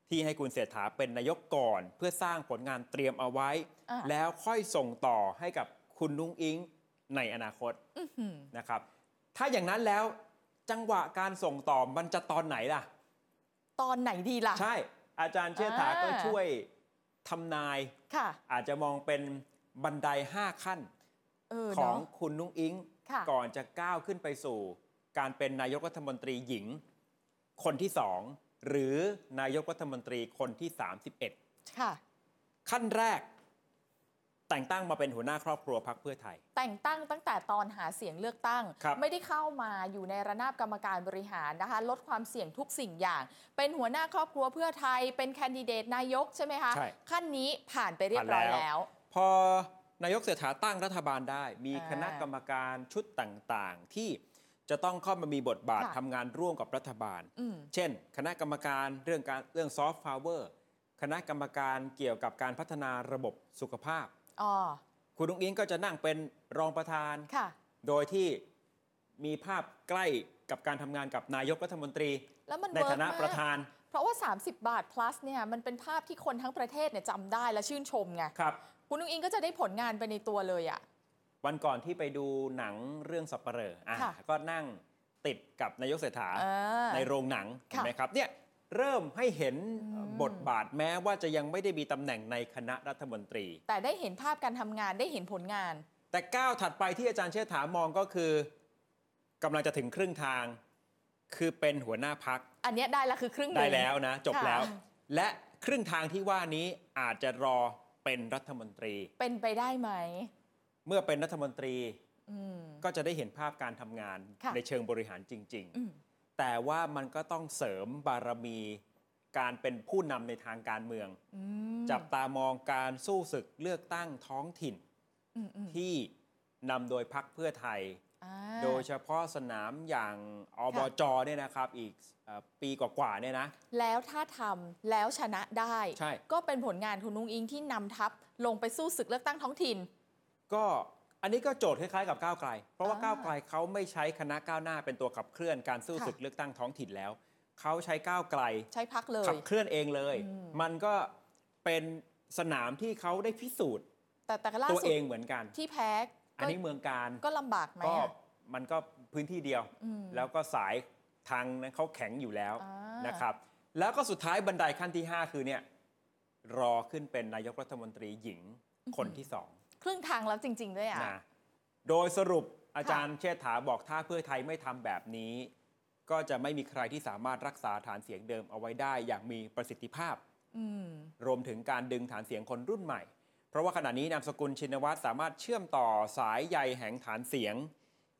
ที่ให้คุณเศรษฐาเป็นนายกก่อน เพื่อสร้างผลงานเตรียมเอาไว้ อ่ะ แล้วค่อยส่งต่อให้กับคุณนุ้งอิงในอนาคต อื้อหือ นะครับ ถ้าอย่างนั้นแล้วจังหวะการส่งต่อมันจะตอนไหนล่ะ ตอนไหนดีล่ะ ใช่อาจารย์เชษฐา อ่า ก็ช่วยทำนาย ค่ะ อาจจะมองเป็นบันได 5 ขั้น เออ ของ เนาะ คุณนุ้งอิง ค่ะ ก่อนจะก้าวขึ้นไปสู่ การเป็นนายกรัฐมนตรีหญิง คนที่สองหรือนายกรัฐมนตรีคนที่ 31 ค่ะ ขั้นแรก แต่งตั้งมาเป็นหัวหน้าครอบครัวพักเพื่อไทย แต่งตั้งตั้งแต่ตอนหาเสียงเลือกตั้ง ครับ ไม่ได้เข้ามาอยู่ในระนาบกรรมการบริหารนะคะ ลดความเสี่ยงทุกสิ่งอย่าง เป็นหัวหน้าครอบครัวเพื่อไทย เป็นแคนดิเดตนายกใช่ไหมคะ ใช่ ขั้นนี้ผ่านไปเรียบร้อยแล้ว พอนายกเศรษฐาตั้งรัฐบาลได้ มี อ่า คณะกรรมการชุดต่างๆ ที่จะต้องเข้ามามีบทบาท ค่ะ ทำงานร่วมกับรัฐบาล อืม เช่น คณะกรรมการเรื่องการเรื่องซอฟต์พาวเวอร์คณะกรรมการเกี่ยวกับการพัฒนาระบบสุขภาพ อ๋อ คุณลุงอิงก็จะนั่งเป็นรองประธาน ค่ะ โดยที่มีภาพใกล้กับการทำงานกับนายกรัฐมนตรี แล้วมัน ใน เวิร์ก ฐานะ มาก ประธาน เพราะว่า 30 บาท plus เนี่ย มันเป็นภาพที่คนทั้งประเทศเนี่ยจำได้และชื่นชมไง ครับ คุณนุ้งอิงก็จะได้ผลงานไปในตัวเลยอะ วันก่อนที่ไปดูหนังเรื่องสับเปเหร่ออ่ะ ค่ะ ก็นั่งติดกับนายกเศรษฐา เออ ในโรงหนัง ค่ะ เห็นไหมครับเนี่ยเริ่มให้เห็น อืม บทบาทแม้ว่าจะยังไม่ได้มีตำแหน่งในคณะรัฐมนตรี แต่ได้เห็นภาพการทำงานได้เห็นผลงาน แต่ก้าวถัดไปที่อาจารย์เชษฐามองก็คือกำลังจะถึงครึ่งทาง คือเป็นหัวหน้าพัก อันเนี้ยได้ละคือครึ่งหนึ่ง ได้แล้วนะ จบแล้ว ค่ะ และครึ่งทางที่ว่านี้อาจจะรอเป็นรัฐมนตรี เป็นไปได้ไหม เมื่อเป็นรัฐมนตรี อืม ก็จะได้เห็นภาพการทำงาน ค่ะ ในเชิงบริหารจริง ๆ อืม แต่ว่ามันก็ต้องเสริมบารมีการเป็นผู้นำในทางการเมือง อืม จับตามองการสู้ศึกเลือกตั้งท้องถิ่น อืมอืม ที่นำโดยพักเพื่อไทย อ่า โดยเฉพาะสนามอย่างอบ ค่ะ จเนี่ยนะครับ อีกเอ่อปีกว่าๆเนี่ยนะ แล้วถ้าทำแล้วชนะได้ ใช่ ก็เป็นผลงานคุณนุ้งอิงที่นำทัพลงไปสู้ศึกเลือกตั้งท้องถิ่น ก็อันนี้ก็โจทย์คล้ายๆกับก้าวไกล เพราะว่า อ่า ก้าวไกลเขาไม่ใช้คณะก้าวหน้าเป็นตัวขับเคลื่อนการสู้ ค่ะ ศึกเลือกตั้งท้องถิ่นแล้ว เขาใช้ก้าวไกล ใช้พักเล ขั ย บเคลื่อนเองเลย อืม มันก็เป็นสนามที่เขาได้พิสูจน์ แต่แต่ล่า ตัว สุด เองเหมือนกัน ที่แพ้ อัน ก็ นี้เมืองการ ก็ลำบากไหม ก็ อะ มันก็พื้นที่เดียว อืม แล้วก็สายทางนั้นเขาแข็งอยู่แล้ว อ่าน นะครับ แล้วก็สุดท้ายบันไดขั้นที่ 5 คือเนี่ยรอขึ้นเป็นนายกรัฐมนตรีหญิง อื้อหือ คนที่สอง ครึ่งทางแล้วจริง ๆ ด้วยอ่ะ นะโดยสรุปอาจารย์เชษฐาบอกถ้าเพื่อไทยไม่ทำแบบนี้ ก็จะไม่มีใครที่สามารถรักษาฐานเสียงเดิมเอาไว้ได้อย่างมีประสิทธิภาพ อืม รวมถึงการดึงฐานเสียงคนรุ่นใหม่ เพราะว่าขณะนี้นามสกุลชินวัตรสามารถเชื่อมต่อสายใยแห่งฐานเสียง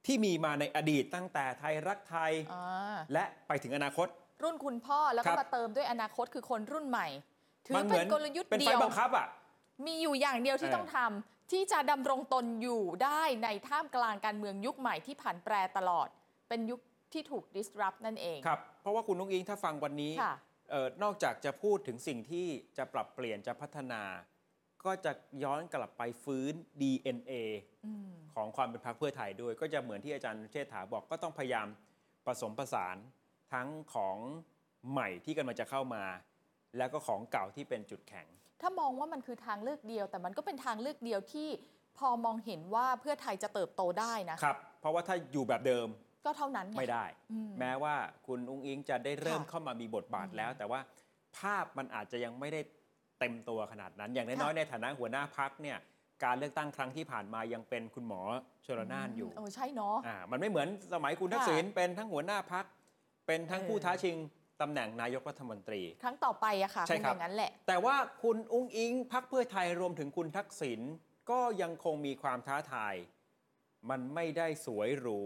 ที่มีมาในอดีตตั้งแต่ไทยรักไทย อ่า และไปถึงอนาคต รุ่นคุณพ่อแล้ว ครั ก็ บ มาเติมด้วยอนาคตคือคนรุ่นใหม่ ถือ มั เป็นกลยุทธ์ เป็นไฟ เดียว บังคับอ่ะ มีอยู่อย่างเดียวที่ เออ ต้องทำที่จะดำรงตนอยู่ได้ในท่ามกลางการเมืองยุคใหม่ที่ผันแปรตลอด เป็นยุคที่ถูก disrupt นั่นเอง ครับ เพราะว่าคุณนุ้งอิงถ้าฟังวันนี้ ค่ะ เออนอกจากจะพูดถึงสิ่งที่จะปรับเปลี่ยนจะพัฒนา ก็จะย้อนกลับไปฟื้น DNA อืม ของความเป็นพรรคเพื่อไทยด้วย ก็จะเหมือนที่อาจารย์เชษฐาบอกก็ต้องพยายามผสมผสานทั้งของใหม่ที่กำลังจะเข้ามา แล้วก็ของเก่าที่เป็นจุดแข็ง ถ้ามองว่ามันคือทางเลือกเดียว แต่มันก็เป็นทางเลือกเดียวที่พอมองเห็นว่าเพื่อไทยจะเติบโตได้นะ ครับ เพราะว่าถ้าอยู่แบบเดิม ก็เท่านั้นง ไม่ได้ อืม แม้ว่าคุณอุ้งอิงจะได้เริ่ม ค่ะ เข้ามามีบทบาท อืม แล้ว แต่ว่าภาพมันอาจจะยังไม่ได้เต็มตัวขนาดนั้น อย่างน้อยๆค่ะในฐานะหัวหน้าพักเนี่ยการเลือกตั้งครั้งที่ผ่านมายังเป็นคุณหมอชลนานอยู่ เออใช่เนาะ อ่ามันไม่เหมือนสมัยคุณทักษิณเป็นทั้งหัวหน้าพัก เป็นทั้ง เออ ผู้ท้าชิงตำแหน่งนายกรัฐมนตรี ครั้งต่อไปอะค่ะ ใช่ ง ครับ อย่างนั้นแหละ แต่ว่าคุณอุ้งอิงพักเพื่อไทยรวมถึงคุณทักษิณก็ยังคงมีความท้าทาย มันไม่ได้สวยหรู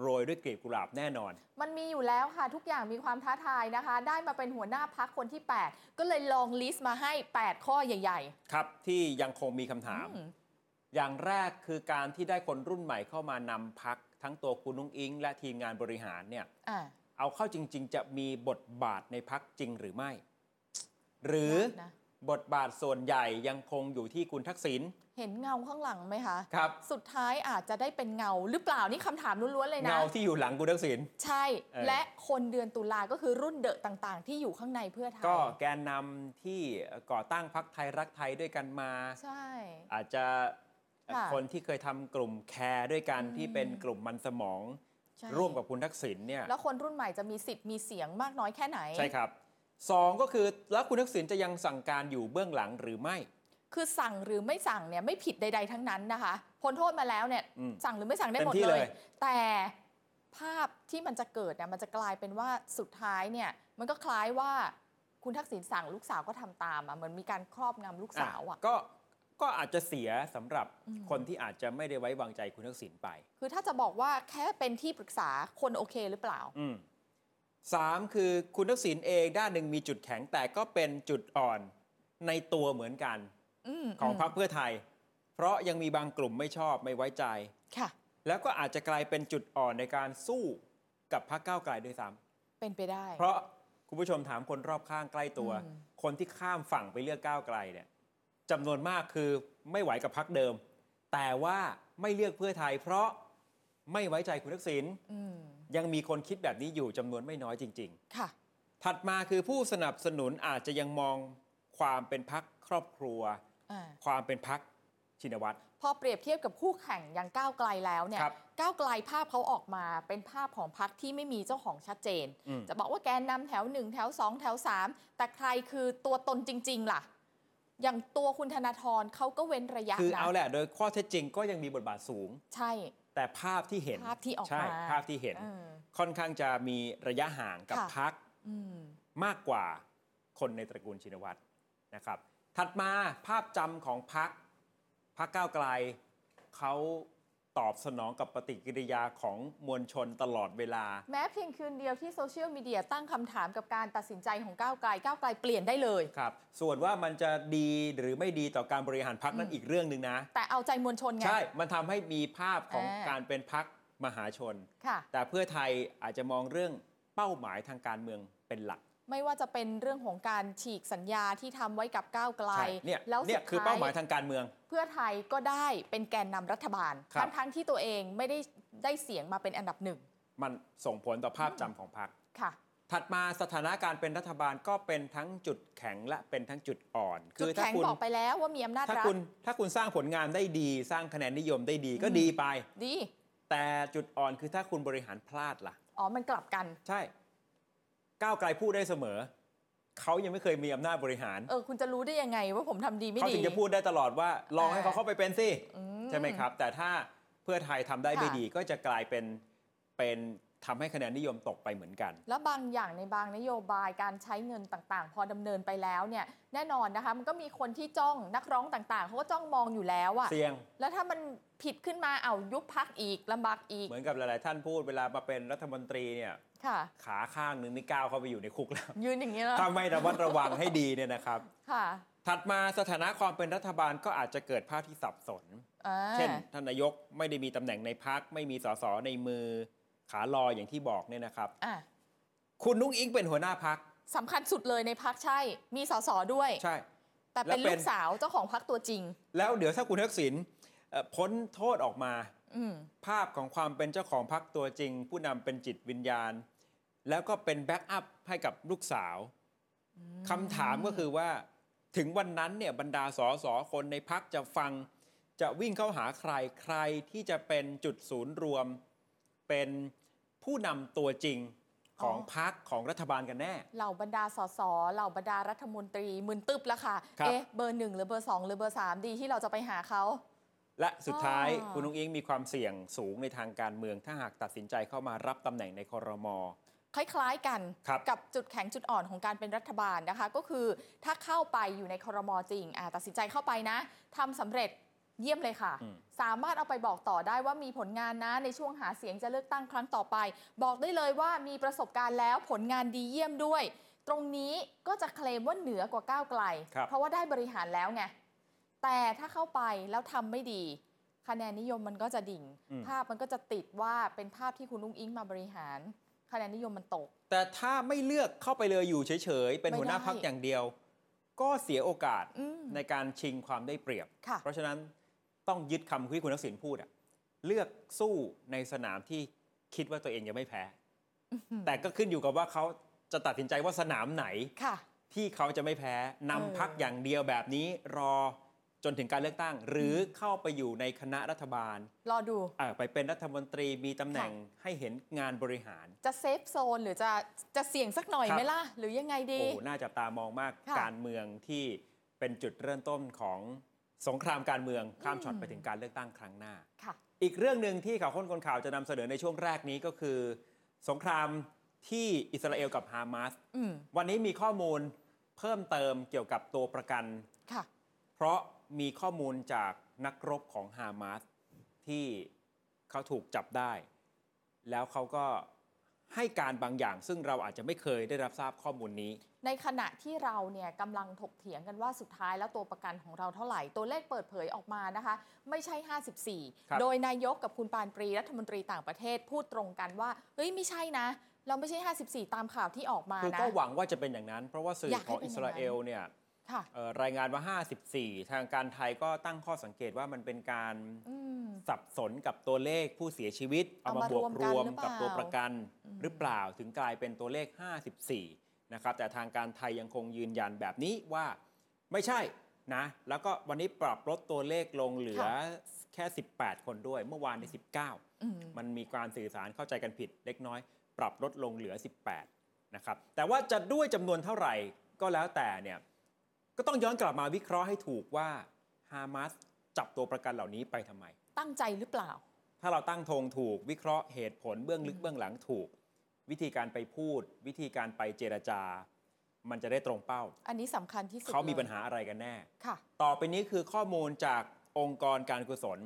โรยด้วยกลีบกุหลาบแน่นอน มันมีอยู่แล้วค่ะ ทุกอย่างมีความท้าทายนะคะ ได้มาเป็นหัวหน้าพักคนที่ 8 ก็เลยลองลิสต์มาให้ 8 ข้อใหญ่ ครับ ที่ยังคงมีคำ ๆ ถาม อืม อย่างแรกคือการที่ได้คนรุ่นใหม่เข้ามานำพัก ทั้งตัวคุณอุ้งอิง และทีมงานบริหารเนี่ย อ่า เอาเข้าจริง ๆ จะมีบทบาทในพักจริงหรือไม่ หรือ นะ บทบาทส่วนใหญ่ยังคงอยู่ที่คุณทักษิณ เห็นเงาข้างหลังไหมคะ ครับ สุดท้ายอาจจะได้เป็นเงาหรือเปล่านี่คำถามล้วนๆเลยนะ เงาที่อยู่หลังคุณทักษิณ ใช่ เออ และคนเดือนตุลาก็คือรุ่นเดอะต่างๆ ที่อยู่ข้างในเพื่อไทย ก็แกนนำที่ก่อตั้งพักไทยรักไทยด้วยกันมา ใช่ อาจจะ ค่ะ คนที่เคยทำกลุ่มแคร์ด้วยกัน อืม ที่เป็นกลุ่มมันสมอง ใช่ ร่วมกับคุณทักษิณเนี่ย แล้วคนรุ่นใหม่จะมีสิทธิ์มีเสียงมากน้อยแค่ไหน ใช่ครับสองก็คือแล้วคุณทักษิณจะยังสั่งการอยู่เบื้องหลังหรือไม่ คือสั่งหรือไม่สั่งเนี่ยไม่ผิดใด ๆ ทั้งนั้นนะคะพ้นโทษมาแล้วเนี่ย อืม สั่งหรือไม่สั่งได้ เต็ หม ม ด ที่ เล เลย ย แต่ภาพที่มันจะเกิดเนี่ยมันจะกลายเป็นว่าสุดท้ายเนี่ยมันก็คล้ายว่าคุณทักษิณสั่งลูกสาวก็ทำตามอ่ะเหมือนมีการครอบงำลูกสาวอ่ะ ก็ก็อาจจะเสียสำหรับ อืม คนที่อาจจะไม่ได้ไว้วางใจคุณทักษิณไป คือถ้าจะบอกว่าแค่เป็นที่ปรึกษาคนโอเคหรือเปล่า อืมสามคือคุณทักษิณเองด้านหนึ่งมีจุดแข็งแต่ก็เป็นจุดอ่อนในตัวเหมือนกัน อืม ของพรรค ม เพื่อไทย เพราะยังมีบางกลุ่มไม่ชอบไม่ไว้ใจ ค่ะ แล้วก็อาจจะกลายเป็นจุดอ่อนในการสู้กับพรรคก้าวไกลด้วยซ้ เป็นไปได้ ำเพราะคุณผู้ชมถามคนรอบข้างใกล้ตัว อืม คนที่ข้ามฝั่งไปเลือกก้าวไกลเนี่ยจำนวนมากคือไม่ไหวกับพรรคเดิม แต่ว่าไม่เลือกเพื่อไทย เพราะไม่ไว้ใจคุณทักษิณ อืม ยังมีคนคิดแบบนี้อยู่จำนวนไม่น้อยจริง ค่ะ ๆ ถัดมาคือผู้สนับสนุนอาจจะยังมองความเป็นพรรคครอบครัว อ่า ความเป็นพรรคชินวัตร พอเปรียบเทียบกับคู่แข่งอย่างก้าวไกลแล้วเนี่ย ครับ ก้าวไกลภาพเขาออกมาเป็นภาพของพักที่ไม่มีเจ้าของชัดเจน อืม จะบอกว่าแกนนำแถว 1 แถว 2 แถว 3 แต่ใครคือตัวตนจริง ๆ ล่ะ อย่างตัวคุณธนาธรเขาก็เว้นระยะ คือ นะ เอาแหละโดยข้อเท็จจริงก็ยังมีบทบาทสูง ใช่ แต่ภาพที่เห็น ภาพที่ออก ใช่ มา ภาพที่เห็น เออ ค่อนข้างจะมีระยะห่างกับ ค่ะ พัก อืม มากกว่าคนในตระกูลชินวัตรนะครับ ถัดมาภาพจำของพักพักก้าวไกลเขาตอบสนองกับปฏิกิริยาของมวลชนตลอดเวลา แม้เพียงคืนเดียวที่โซเชียลมีเดียตั้งคำถามกับการตัดสินใจของก้าวไกลก้าวไกลเปลี่ยนได้เลย ครับ ส่วนว่ามันจะดีหรือไม่ดีต่อการบริหารพักนั้น อืม อีกเรื่องหนึ่งนะ แต่เอาใจมวลชนไง ใช่ มันทำให้มีภาพของ อ่า การเป็นพักมหาชน ค่ะ แต่เพื่อไทยอาจจะมองเรื่องเป้าหมายทางการเมืองเป็นหลัก ไม่ว่าจะเป็นเรื่องของการฉีกสัญญาที่ทำไว้กับก้าวไกล ใช่เนี่ย แล้ว เนี่ สุ ย ด คือ ท้า เป้าหมาย ยทางการเมือง เพื่อไทยก็ได้เป็นแกนนำรัฐบาล ครับ ทั้งทั้งๆที่ตัวเองไม่ได้ได้เสียงมาเป็นอันดับหนึ่ง มันส่งผลต่อภาพจำของพรรค ค่ะ ถัดมาสถานการณ์เป็นรัฐบาลก็เป็นทั้งจุดแข็งและเป็นทั้งจุดอ่อน จุด ถ้า แข็ง คุณ บอกไปแล้วว่ามีอำนาจ ถ้า รัฐ คุณถ้าคุณสร้างผลงานได้ดี สร้างคะแนนนิยมได้ดีก็ อืม ดีไป ดี แต่จุดอ่อนคือถ้าคุณบริหารพลาดล่ะ อ๋อมันกลับกัน ใช่ ก้าวไกลพูดได้เสมอ เขายังไม่เคยมีอำนาจบริหาร เออ คุณจะรู้ได้ยังไงว่าผมทำดีไม่ เขา ดี ถึงจะพูดได้ตลอดว่า ลองให้เขา อ่า เข้าไปเป็นสิ อื ใช่ไหมครับ แต่ถ้าเพื่อไทยทำได้ไม่ดีก็จะกลายเป็นเป็นทำให้คะแนนนิยมตกไปเหมือนกัน แล้วบางอย่างในบางนโยบายการใช้เงินต่างๆ พอดำเนินไปแล้วเนี่ย แน่นอนนะคะ มันก็มีคนที่จ้องนักร้องต่างๆเขาก็จ้องมองอยู่แล้วอะ เสี่ยง แล้วถ้ามันผิดขึ้นมาเอายุบพักอีกลำบากอีก เหมือนกับหลาย ๆ ท่านพูดเวลามาเป็นรัฐมนตรีเนี่ย ค่ะ ขาข้างหนึงนี่ก้าวเข้าไปอยู่ในคุกแล้ว ยืนอย่างนี้แล้ว ถ้าไม่ระมัดระวังให้ดีเนี่ยนะครับ ค่ะ ถัดมาสถานะความเป็นรัฐบาลก็อาจจะเกิดภาพที่สับสน อ่า เช่นท่านนายกไม่ได้มีตำแหน่งในพักไม่มีสสในมือขาลอยอย่างที่บอกเนี่ยนะครับ อ่ะ คุณนุ้งอิงเป็นหัวหน้าพัก สำคัญสุดเลยในพักใช่ มีสสด้วย ใช่ แต่เป็น และเป็น ลูกสาวเจ้าของพักตัวจริง แล้วเดี๋ยวถ้าคุณทักษิณเอ่อพ้นโทษออกมา อืม ภาพของความเป็นเจ้าของพักตัวจริง ผู้นำเป็นจิตวิญญาณ แล้วก็เป็นแบ็กอัพให้กับลูกสาวคำถามก็คือว่า ถึงวันนั้นเนี่ยบรรดาสอสอคนในพักจะฟัง จะวิ่งเข้าหาใครใครที่จะเป็นจุดศูนย์รวม เป็นผู้นำตัวจริงของพักของรัฐบาลกันแน่ เหล่าบรรดาสสเหล่าบรรดารัฐมนตรีมึนตึบละค่ะ ครับ เอ๊ะ เบอร์หนึ่งหรือเบอร์สองหรือเบอร์สามดีที่เราจะไปหาเขา และสุดท้าย อ๋อ คุณนุ้งอิงมีความเสี่ยงสูงในทางการเมือง ถ้าหากตัดสินใจเข้ามารับตำแหน่งในคอรมอ คล้ายๆกัน ครับ กับจุดแข็งจุดอ่อนของการเป็นรัฐบาลนะคะ ก็คือถ้าเข้าไปอยู่ในคอรมอจริงอ่ะตัดสินใจเข้าไปนะทำสำเร็จเยี่ยมเลยค่ะ อืม สามารถเอาไปบอกต่อได้ว่ามีผลงานนะในช่วงหาเสียงจะเลือกตั้งครั้งต่อไป บอกได้เลยว่ามีประสบการณ์แล้วผลงานดีเยี่ยมด้วย ตรงนี้ก็จะเคลมว่าเหนือกว่าก้าวไกล ครับ เพราะว่าได้บริหารแล้วไงแต่ถ้าเข้าไปแล้วทำไม่ดี คะแนนนิยมมันก็จะดิ่ง อืม ภาพมันก็จะติดว่าเป็นภาพที่คุณอุ้งอิงมาบริหาร คะแนนนิยมมันตก แต่ถ้าไม่เลือกเข้าไปเลยอยู่เฉย ๆ เป็น ไม่ หัวหน้า ได้ พักอย่างเดียว ก็เสียโอกาส อืม ในการชิงความได้เปรียบ ค่ะ เพราะฉะนั้นต้องยึดคำที่คุณทักษิณพูดอะเลือกสู้ในสนามที่คิดว่าตัวเองยังไม่แพ้ แต่ก็ขึ้นอยู่กับว่าเขาจะตัดสินใจว่าสนามไหน ค่ะ ที่เขาจะไม่แพ้นำพักอย่างเดียวแบบนี้รอจนถึงการเลือกตั้ง หรือเข้าไปอยู่ในคณะรัฐบาล รอดู เอ่อไปเป็นรัฐมนตรีมีตำแหน่งให้เห็นงานบริหาร จะเซฟโซนหรือจะจะเสี่ยงสักหน่อย ครับ ไหมล่ะ หรือยังไงดี โอ้โหน่าจับตามองมาก ค่ะ การเมืองที่เป็นจุดเริ่มต้นของ สงครามการเมืองข้ามช็อต อืม ไปถึงการเลือกตั้งครั้งหน้า ค่ะ อีกเรื่องหนึ่งที่ข่าวค้นคนข่าวจะนำเสนอในช่วงแรกนี้ก็คือ สงครามที่อิสราเอลกับฮามาส อืม วันนี้มีข้อมูลเพิ่มเติมเกี่ยวกับตัวประกัน ค่ะ เพราะมีข้อมูลจากนักรบของฮามาสที่เขาถูกจับได้ แล้วเขาก็ให้การบางอย่าง ซึ่งเราอาจจะไม่เคยได้รับทราบข้อมูลนี้ ในขณะที่เราเนี่ยกำลังถกเถียงกันว่าสุดท้ายแล้วตัวประกันของเราเท่าไหร่ ตัวเลขเปิดเผยออกมานะคะ ไม่ใช่ ครับ 54 โดยนายกกับคุณปานปรีรัฐมนตรีต่างประเทศพูดตรงกันว่า เฮ้ยไม่ใช่นะ เราไม่ใช่ 54 ตามข่าวที่ออกมา คือ นะ ก็หวังว่าจะเป็นอย่างนั้น เพราะว่าสื่อ อยาก ข ให้ อง เป็น อิ อ ส ย่างนั้น ราเอลเนี่ย ค่ะ เอ่อรายงานว่า 54 ทางการไทยก็ตั้งข้อสังเกตว่ามันเป็นการ อืม สับสนกับตัวเลขผู้เสียชีวิต เอามาบวกรวมกับตัวประกัน หรือเปล่าถึงกลายเป็นตัวเลข 54 นะครับ แต่ทางการไทยยังคงยืนยันแบบนี้ว่าไม่ใช่นะ แล้วก็วันนี้ปรับลดตัวเลขลงเหลือ ค่ะ แค่ 18 คนด้วย เมื่อวานใน อืม 19 มันมีการสื่อสารเข้าใจกันผิดเล็กน้อย ปรับลดลงเหลือ 18 นะครับ แต่ว่าจะด้วยจำนวนเท่าไหร่ก็แล้วแต่เนี่ย ก็ต้องย้อนกลับมาวิเคราะห์ให้ถูกว่าฮามาสจับตัวประกันเหล่านี้ไปทำไม ตั้งใจหรือเปล่า ถ้าเราตั้งธงถูกวิเคราะห์เหตุผลเบื้องลึก อืม เบื้องหลังถูก วิธีการไปพูด วิธีการไปเจรจา มันจะได้ตรงเป้า อันนี้สำคัญที่สุด เขามี ลย ปัญหาอะไรกันแน่ ค่ะ ต่อไปนี้คือข้อมูลจากองค์กรการกุศล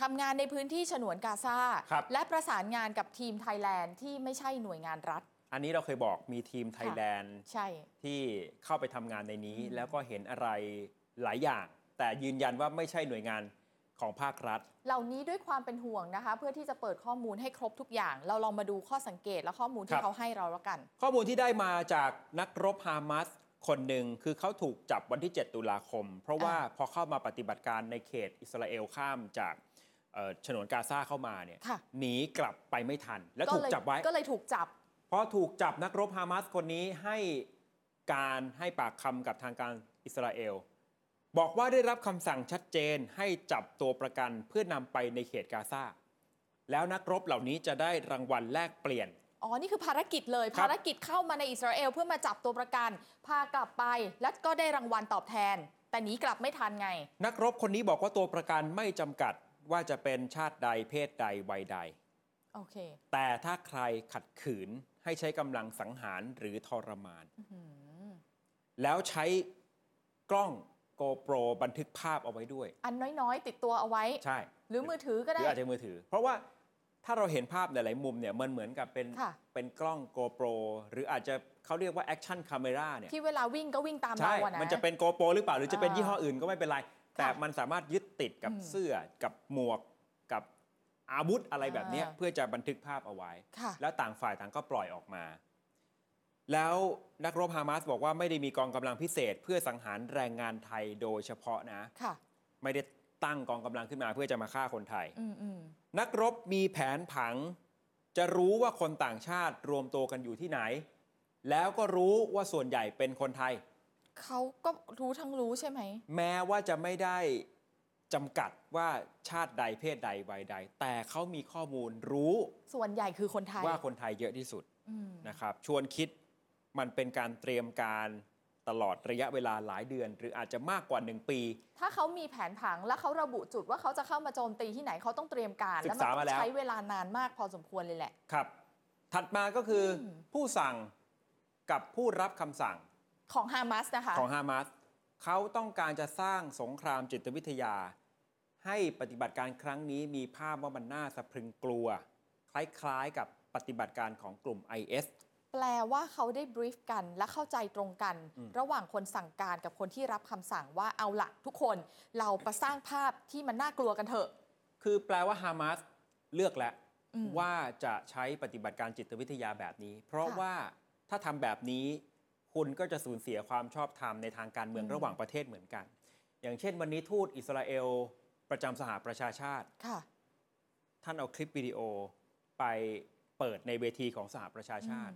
ทำงานในพื้นที่ฉนวนกาซา ครับ และประสานงานกับทีมไทยแลนด์ที่ไม่ใช่หน่วยงานรัฐ อันนี้เราเคยบอกมีทีมไทยแลนด์ ใช่ ที่เข้าไปทำงานในนี้ อืม แล้วก็เห็นอะไรหลายอย่าง แต่ยืนยันว่าไม่ใช่หน่วยงานของภาครัฐ เหล่านี้ด้วยความเป็นห่วงนะคะ เพื่อที่จะเปิดข้อมูลให้ครบทุกอย่าง เราลองมาดูข้อสังเกตและข้อมูล ครั ที่ บ เขาให้เราแล้วกัน ข้อมูลที่ได้มาจากนักรบฮามาสคนหนึ่งคือเขาถูกจับวันที่ 7 ตุลาคม เพราะว่าพอเข้ามาปฏิบัติการในเขตอิสราเอลข้ามจากเอ่อฉนวนกาซาเข้ามาเนี่ย ค่ะ หนีกลับไปไม่ทัน และถูก เลย จับไว้ ก็เลยถูกจับ พอถูกจับนักรบฮามาสคนนี้ให้การให้ปากคำกับทางการอิสราเอล บอกว่าได้รับคำสั่งชัดเจนให้จับตัวประกันเพื่อนำไปในเขตกาซาแล้วนักรบเหล่านี้จะได้รางวัลแลกเปลี่ยน อ๋อ นี่คือภารกิจเลย ครับ ภารกิจเข้ามาในอิสราเอลเพื่อมาจับตัวประกัน พากลับไป แล้วก็ได้รางวัลตอบแทน แต่หนีกลับไม่ทันไง นักรบคนนี้บอกว่าตัวประกันไม่จำกัดว่าจะเป็นชาติใดเพศใดวัยใด โอเค แต่ถ้าใครขัดขืนให้ใช้กำลังสังหารหรือทรมาน อื้อหือ แล้วใช้กล้องโกโปรบันทึกภาพเอาไว้ด้วย อันน้อยๆ ติดตัวเอาไว้ ใช่ หรือมือถือก็ หรื ได้ ออาจจะมือถือ เพราะว่าถ้าเราเห็นภาพหลาย ๆ มุมเนี่ยมันเหมือนกับเป็น ค่ะ เป็นกล้องโกโปรหรืออาจจะเขาเรียกว่าแอคชั่นคาเมราเนี่ย ที่เวลาวิ่งก็วิ่งตาม ใช่ เราอะนะ มันจะเป็นโกโปรหรือเปล่า หรือจะเป็น อ่า ยี่ห้ออื่นก็ไม่เป็นไร แต่ ค่ะ มันสามารถยึดติดกับ อืม เสื้อ กับหมวก กับอาวุธอะไรแบบเนี้ย อ่า เพื่อจะบันทึกภาพเอาไว้ ค่ะ แล้วต่างฝ่ายต่างก็ปล่อยออกมา แล้วนักรบฮามาสบอกว่าไม่ได้มีกองกำลังพิเศษ เพื่อสังหารแรงงานไทยโดยเฉพาะนะ ค่ะ ไม่ได้ตั้งกองกำลังขึ้นมาเพื่อจะมาฆ่าคนไทย อืมอืม นักรบมีแผนผัง จะรู้ว่าคนต่างชาติรวมตัวกันอยู่ที่ไหน แล้วก็รู้ว่าส่วนใหญ่เป็นคนไทย เขาก็รู้ทั้งรู้ใช่ไหม แม้ว่าจะไม่ได้จำกัดว่าชาติใดเพศใดวัยใด แต่เขามีข้อมูลรู้ ส่วนใหญ่คือคนไทย ว่าคนไทยเยอะที่สุด อืม นะครับ ชวนคิดมันเป็นการเตรียมการตลอดระยะเวลาหลายเดือน หรืออาจจะมากกว่า 1 ปี ถ้าเขามีแผนผังและเขาระบุจุดว่าเขาจะเข้ามาโจมตีที่ไหนเขาต้องเตรียมการ ศึ และ ก มัน ษา ต้อ มาง แล้ว ใช้เวลานานมากพอสมควรเลยแหละ ครับ ถัดมาก็คืออ ม ผู้สั่งกับผู้รับคำสั่ง ของฮามาสนะคะ ของฮามาสเขาต้องการจะสร้างสงครามจิตวิทยา ให้ปฏิบัติการครั้งนี้มีภาพว่ามันน่าสะพรึงกลัว คล้ายๆกับปฏิบัติการของกลุ่ม IS แปลว่าเขาได้บรีฟกันและเข้าใจตรงกัน อืม ระหว่างคนสั่งการกับคนที่รับคำสั่งว่าเอาละทุกคนเราประสร้างภาพที่มันน่ากลัวกันเถอะ คือแปลว่าฮามาสเลือกแล้ว อืม ว่าจะใช้ปฏิบัติการจิตวิทยาแบบนี้ เพราะ ค่ะ ว่าถ้าทำแบบนี้ คุณก็จะสูญเสียความชอบธรรมในทางการเมือง อืม ระหว่างประเทศเหมือนกัน อย่างเช่น วันนี้ทูตอิสราเอล ประจำสหประชาชาติ ค่ะ ท่านเอาคลิปวิดีโอไปเปิดในเวทีของสหประชาชาติ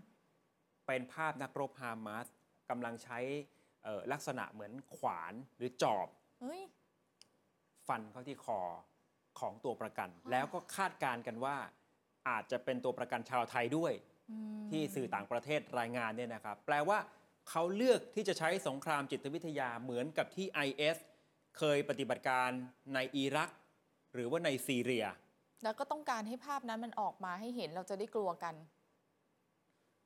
เป็นภาพนักรบฮามาสกำลังใช้เอ่อลักษณะเหมือนขวานหรือจอบ เฮ้ย ฟันเข้าที่คอของตัวประกัน แล้วก็คาดการณ์กันว่า อาจจะเป็นตัวประกันชาวไทยด้วย อืม ที่สื่อต่างประเทศรายงานเนี่ยนะครับ แปลว่าเขาเลือกที่จะใช้สงครามจิตวิทยาเหมือนกับที่ IS เคยปฏิบัติการในอิรัก หรือว่าในซีเรีย แล้วก็ต้องการให้ภาพนั้นมันออกมาให้เห็นเราจะได้กลัวกัน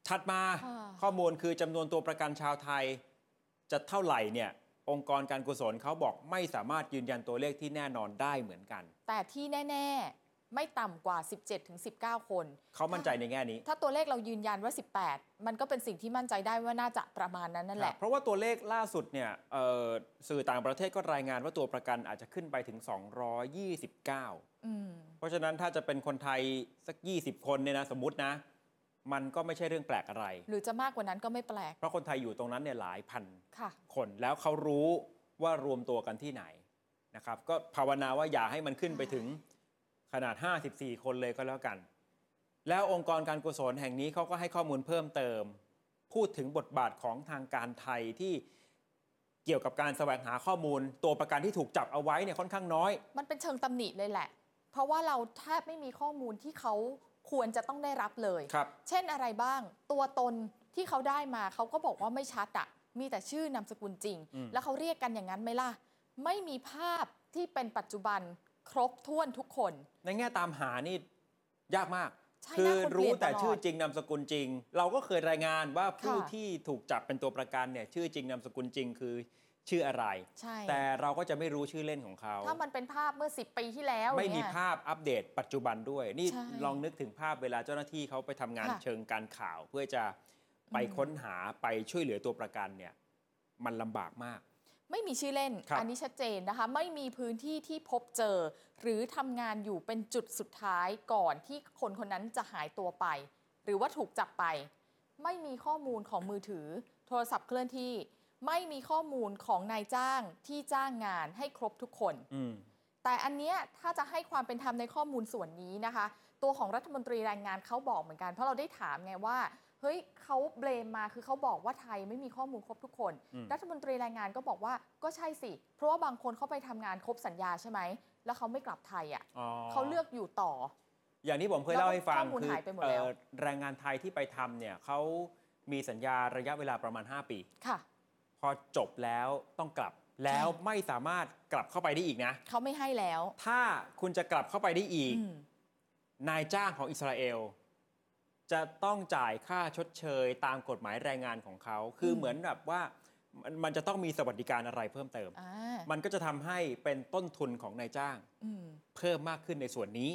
ถัดมา ค่ะ ข้อมูลคือจำนวนตัวประกันชาวไทย จะเท่าไหร่เนี่ยองค์กรการกุศลเขาบอกไม่สามารถยืนยันตัวเลขที่แน่นอนได้เหมือนกัน แต่ที่แน่ ๆ ไม่ต่ำกว่า 17-19 คน เขามั่นใจในแง่นี้ ถ้าตัวเลขเรายืนยันว่า 18 มันก็เป็นสิ่งที่มั่นใจได้ว่าน่าจะประมาณนั้นนั่นแห ค ละ รับเพราะว่าตัวเลขล่าสุดเนี่ยเอ่อสื่อต่างประเทศก็รายงานว่าตัวประกันอาจจะขึ้นไปถึง 229 อืม เพราะฉะนั้นถ้าจะเป็นคนไทยสัก 20 คนเนี่ยนะสมมตินะ มันก็ไม่ใช่เรื่องแปลกอะไร หรือจะมากกว่านั้นก็ไม่แปลก เพราะคนไทยอยู่ตรงนั้นเนี่ยหลายพัน ค่ะ คนแล้วเขารู้ว่ารวมตัวกันที่ไหนนะครับ ก็ภาวนาว่าอย่าให้มันขึ้นไปถึงขนาด 54 คนเลยก็แล้วกัน แล้วองค์กรการกุศลแห่งนี้เขาก็ให้ข้อมูลเพิ่มเติม พูดถึงบทบาทของทางการไทยที่เกี่ยวกับการแสวงหาข้อมูล ตัวประกันที่ถูกจับเอาไว้เนี่ยค่อนข้างน้อย มันเป็นเชิงตำหนิเลยแหละ เพราะว่าเราแทบไม่มีข้อมูลที่เขาควรจะต้องได้รับเลย ครับ เช่นอะไรบ้าง ตัวตนที่เขาได้มาเขาก็บอกว่าไม่ชัดอะมีแต่ชื่อนามสกุลจริง อืม แล้วเขาเรียกกันอย่างนั้นไหมล่ะ ไม่มีภาพที่เป็นปัจจุบันครบถ้วนทุกคน ในแง่ตามหานี่ยากมาก ใช่ คือ น่าคนเปลี่ รู้ ยนตลอด แต่ชื่อจริงนามสกุลจริง เราก็เคยรายงานว่าผู้ ค่ะ ที่ถูกจับเป็นตัวประกันเนี่ยชื่อจริงนามสกุลจริงคือชื่ออะไร ใช่ แต่เราก็จะไม่รู้ชื่อเล่นของเขา ถ้ามันเป็นภาพเมื่อ 10 ปีที่แล้ว ไม่มี เนี่ย ภาพอัปเดตปัจจุบันด้วย นี่ ใช่ ลองนึกถึงภาพเวลาเจ้าหน้าที่เขาไปทำงาน ค่ะ เชิงการข่าว เพื่อจะไป อืม ค้นหาไปช่วยเหลือตัวประกันเนี่ยมันลำบากมาก ไม่มีชื่อเล่น ครับ อันี้ชัดเจนนะคะ ไม่มีพื้นที่ที่พบเจอ หรือทำงานอยู่เป็นจุดสุดท้ายก่อนที่คนคนนั้นจะหายตัวไป หรือว่าถูกจับไป ไม่มีข้อมูลของมือถือ โทรศัพท์เคลื่อนที่ ไม่มีข้อมูลของนายจ้างที่จ้างงานให้ครบทุกคน อืม แต่อันเนี้ยถ้าจะให้ความเป็นธรรมในข้อมูลส่วนนี้นะคะ ตัวของรัฐมนตรีแรงงานเขาบอกเหมือนกัน เพราะเราได้ถามไงว่า เฮ้ยเขาเบลมมาคือเขาบอกว่าไทยไม่มีข้อมูลครบทุกคน อืม รัฐมนตรีแรงงานก็บอกว่าก็ใช่สิ เพราะว่าบางคนเขาไปทำงานครบสัญญาใช่ไหม แล้วเขาไม่กลับไทยอ่ะ อ๋อ เขาเลือกอยู่ต่อ อย่างที่ผมเคยเล่าให้ฟัง แล้วก็ข้อมูล คือ หายไปหมดแล้ว เอ่อแรงงานไทยที่ไปทำเนี่ยเขามีสัญญาระยะเวลาประมาณ 5 ปี ค่ะ พอจบแล้วต้องกลับแล้วไม่สามารถกลับเข้าไปได้อีกนะ เขาไม่ให้แล้ว ถ้าคุณจะกลับเข้าไปได้อีก อืม นายจ้างของอิสราเอล จะต้องจ่ายค่าชดเชยตามกฎหมายแรงงานของเขา คือเหมือนแบบว่ามันมันจะต้องมีสวัสดิการอะไรเพิ่มเติม อ่า มันก็จะทำให้เป็นต้นทุนของนายจ้าง อืม เพิ่มมากขึ้นในส่วนนี้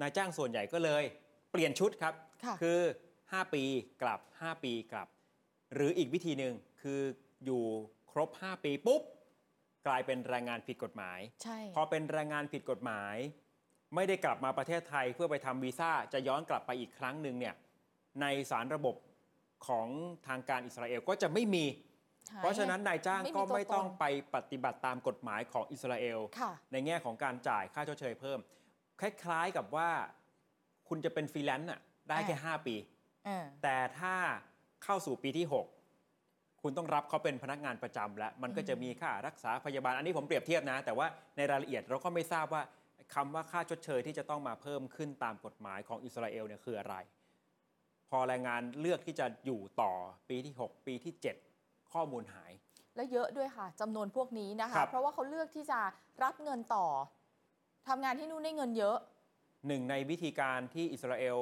นายจ้างส่วนใหญ่ก็เลย เปลี่ยนชุดครับ ค่ะ คือ 5 ปีกลับ 5 ปีกลับ หรืออีกวิธีหนึ่งคืออยู่ครบ 5 ปีปุ๊บ กลายเป็นแรงงานผิดกฎหมาย ใช่ พอเป็นแรงงานผิดกฎหมาย ไม่ได้กลับมาประเทศไทยเพื่อไปทำวีซ่าจะย้อนกลับไปอีกครั้งหนึ่งเนี่ยในสารระบบของทางการอิสราเอลก็จะไม่มี หย เพราะฉะนั้นนายจ้าง ไม่มี ก็ไม่ ตัวตน ต้องไปปฏิบัติตามกฎหมายของอิสราเอล ค่ะ ในแง่ของการจ่ายค่าชดเชยเพิ่ม คล้ายๆกับว่าคุณจะเป็นฟรีแลนซ์น่ะได้แค่ อ่า 5 ปี อ่า แต่ถ้าเข้าสู่ปีที่ 6 คุณต้องรับเขาเป็นพนักงานประจำแล้ว มันก็จะมีค่ารักษาพยาบาล อันนี้ผมเปรียบเทียบนะ แต่ว่าในรายละเอียดเราก็ไม่ทราบว่าคำว่าค่าชดเชยที่จะต้องมาเพิ่มขึ้นตามกฎหมายของอิสราเอลเนี่ยคืออะไร พอแรงงานเลือกที่จะอยู่ต่อปีที่ 6 ปีที่ 7 ข้อมูลหาย แล้วเยอะด้วยค่ะจำนวนพวกนี้นะคะ ครับ เพราะว่าเขาเลือกที่จะรับเงินต่อทำงานที่นู่นได้เงินเยอะ หนึ่งในวิธีการที่อิสราเอล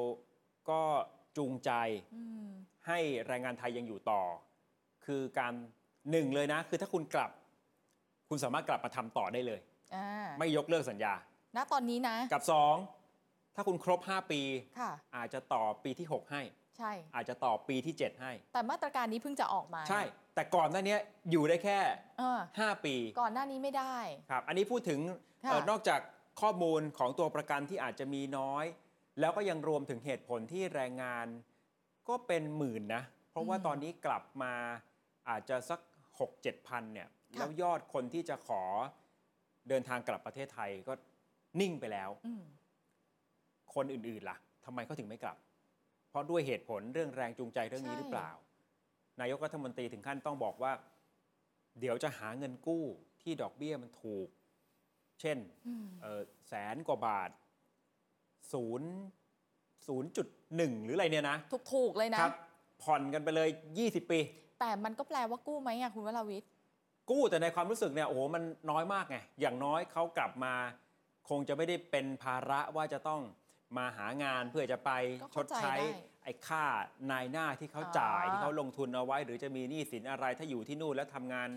ก็จูงใจ อืม ให้แรงงานไทยยังอยู่ต่อ คือการหนึ่งเลยนะ คือถ้าคุณกลับ คุณสามารถกลับมาทำต่อได้เลย อ่า ไม่ยกเลิกสัญญา ณตอนนี้นะ กับ 2 ถ้าคุณครบ 5 ปี ค่ะ อาจจะต่อปีที่ 6 ให้ ใช่ อาจจะต่อปีที่ 7 ให้ แต่มาตรการนี้เพิ่งจะออกมา ใช่ แต่ก่อนหน้านี้อยู่ได้แค่ เออ 5 ปี ก่อนหน้านี้ไม่ได้ ครับ อันนี้พูดถึง ค่ะ เอ่อนอกจากข้อมูลของตัวประกันที่อาจจะมีน้อย แล้วก็ยังรวมถึงเหตุผลที่แรงงานก็เป็นหมื่นนะ เพราะว่าตอนนี้กลับมาอาจจะสัก 6 7 0 0 0 เนี่ย แล้วยอดคนที่จะขอเดินทางกลับประเทศไทยก็นิ่งไปแล้ว อืม คนอื่นๆล่ะทำไมเขาถึงไม่กลับ เพราะด้วยเหตุผลเรื่องแรงจูงใจเรื่องนี้หรือเปล่า นายกรัฐมนตรีถึงขั้นต้องบอกว่า เดี๋ยวจะหาเงินกู้ที่ดอกเบี้ยมันถูก เช่น อืม เอ่อแสนกว่าบาทศูนย์ศูนย์จุดหนึ่งหรืออะไรเนี่ยนะ ถูกถูกๆเลยนะ ครับผ่อนกันไปเลย 20 ปี แต่มันก็แปลว่ากู้ไหมอะคุณวราวิทย์ กู้แต่ในความรู้สึกเนี่ยโอ้โหมันน้อยมากไงอย่างน้อยเขากลับมา คงจะไม่ได้เป็นภาระว่าจะต้องมาหางานเพื่อจะไป ก็ ช เข้า ด ใจ ใช้ ได้ ไอ้ค่านายหน้าที่เขาจ่าย อ่า ที่เขาลงทุนเอาไว้ หรือจะมีหนี้สินอะไรถ้าอยู่ที่นู่นแล้วทำงาน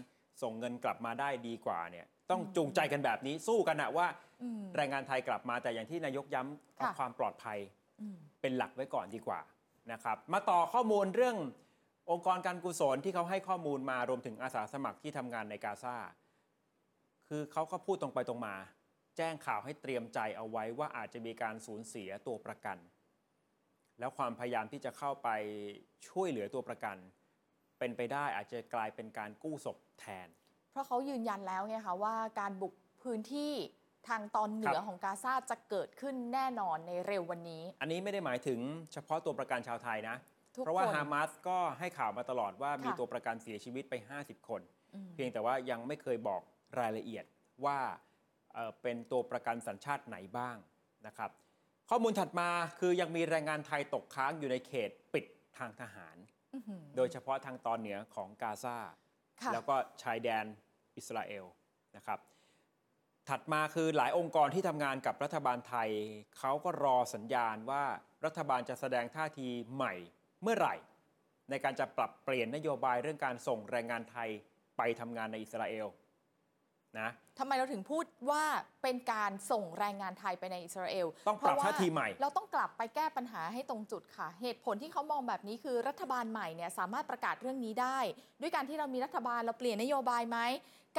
ส่งเงินกลับมาได้ดีกว่าเนี่ยต้องจูงใจกันแบบนี้สู้กันนะว่า อืม แรงงานไทยกลับมาแต่อย่างที่นายกย้ำเอา ค่ะ ความปลอดภัย อืม เป็นหลักไว้ก่อนดีกว่านะครับ มาต่อข้อมูลเรื่ององค์กรการกุศลที่เขาให้ข้อมูลมารวมถึงอาสาสมัครที่ทำงานในกาซาคือเขาก็พูดตรงไปตรงมา แจ้งข่าวให้เตรียมใจเอาไว้ว่าอาจจะมีการสูญเสียตัวประกัน แล้วความพยายามที่จะเข้าไปช่วยเหลือตัวประกัน เป็นไปได้อาจจะกลายเป็นการกู้ศพแทน เพราะเขายืนยันแล้วไงคะว่าการบุกพื้นที่ทางตอนเหนืคอรับ ของกาซาจะเกิดขึ้นแน่นอนในเร็ววันนี้ อันนี้ไม่ได้หมายถึงเฉพาะตัวประกันชาวไทยนะ ทุกคน เพราะว่าฮามาสก็ให้ข่าวมาตลอดว่ามี ค่ะ ตัวประกันเสียชีวิตไป 50 คน อืม เพียงแต่ว่ายังไม่เคยบอกรายละเอียดว่าเอ่อเป็นตัวประกันสัญชาติไหนบ้างนะครับ ข้อมูลถัดมาคือยังมีแรงงานไทยตกค้างอยู่ในเขตปิดทางทหาร อื้อหือ โดยเฉพาะทางตอนเหนือของกาซา ค่ะ แล้วก็ชายแดนอิสราเอลนะครับ ถัดมาคือหลายองค์กรที่ทำงานกับรัฐบาลไทย เขาก็รอสัญญาณว่ารัฐบาลจะแสดงท่าทีใหม่เมื่อไหร่ ในการจะปรับเปลี่ยนนโยบายเรื่องการส่งแรงงานไทยไปทำงานในอิสราเอลนะ ทำไมเราถึงพูดว่าเป็นการส่งแรงงานไทยไปในอิสราเอล ต้องปรับ เพะว่ ท่าทีใหม่ เราต้องกลับไปแก้ปัญหาให้ตรงจุดค่ะ เหตุผลที่เขามองแบบนี้คือรัฐบาลใหม่เนี่ยสามารถประกาศเรื่องนี้ได้ ด้วยการที่เรามีรัฐบาลเราเปลี่ยนนโยบายไหม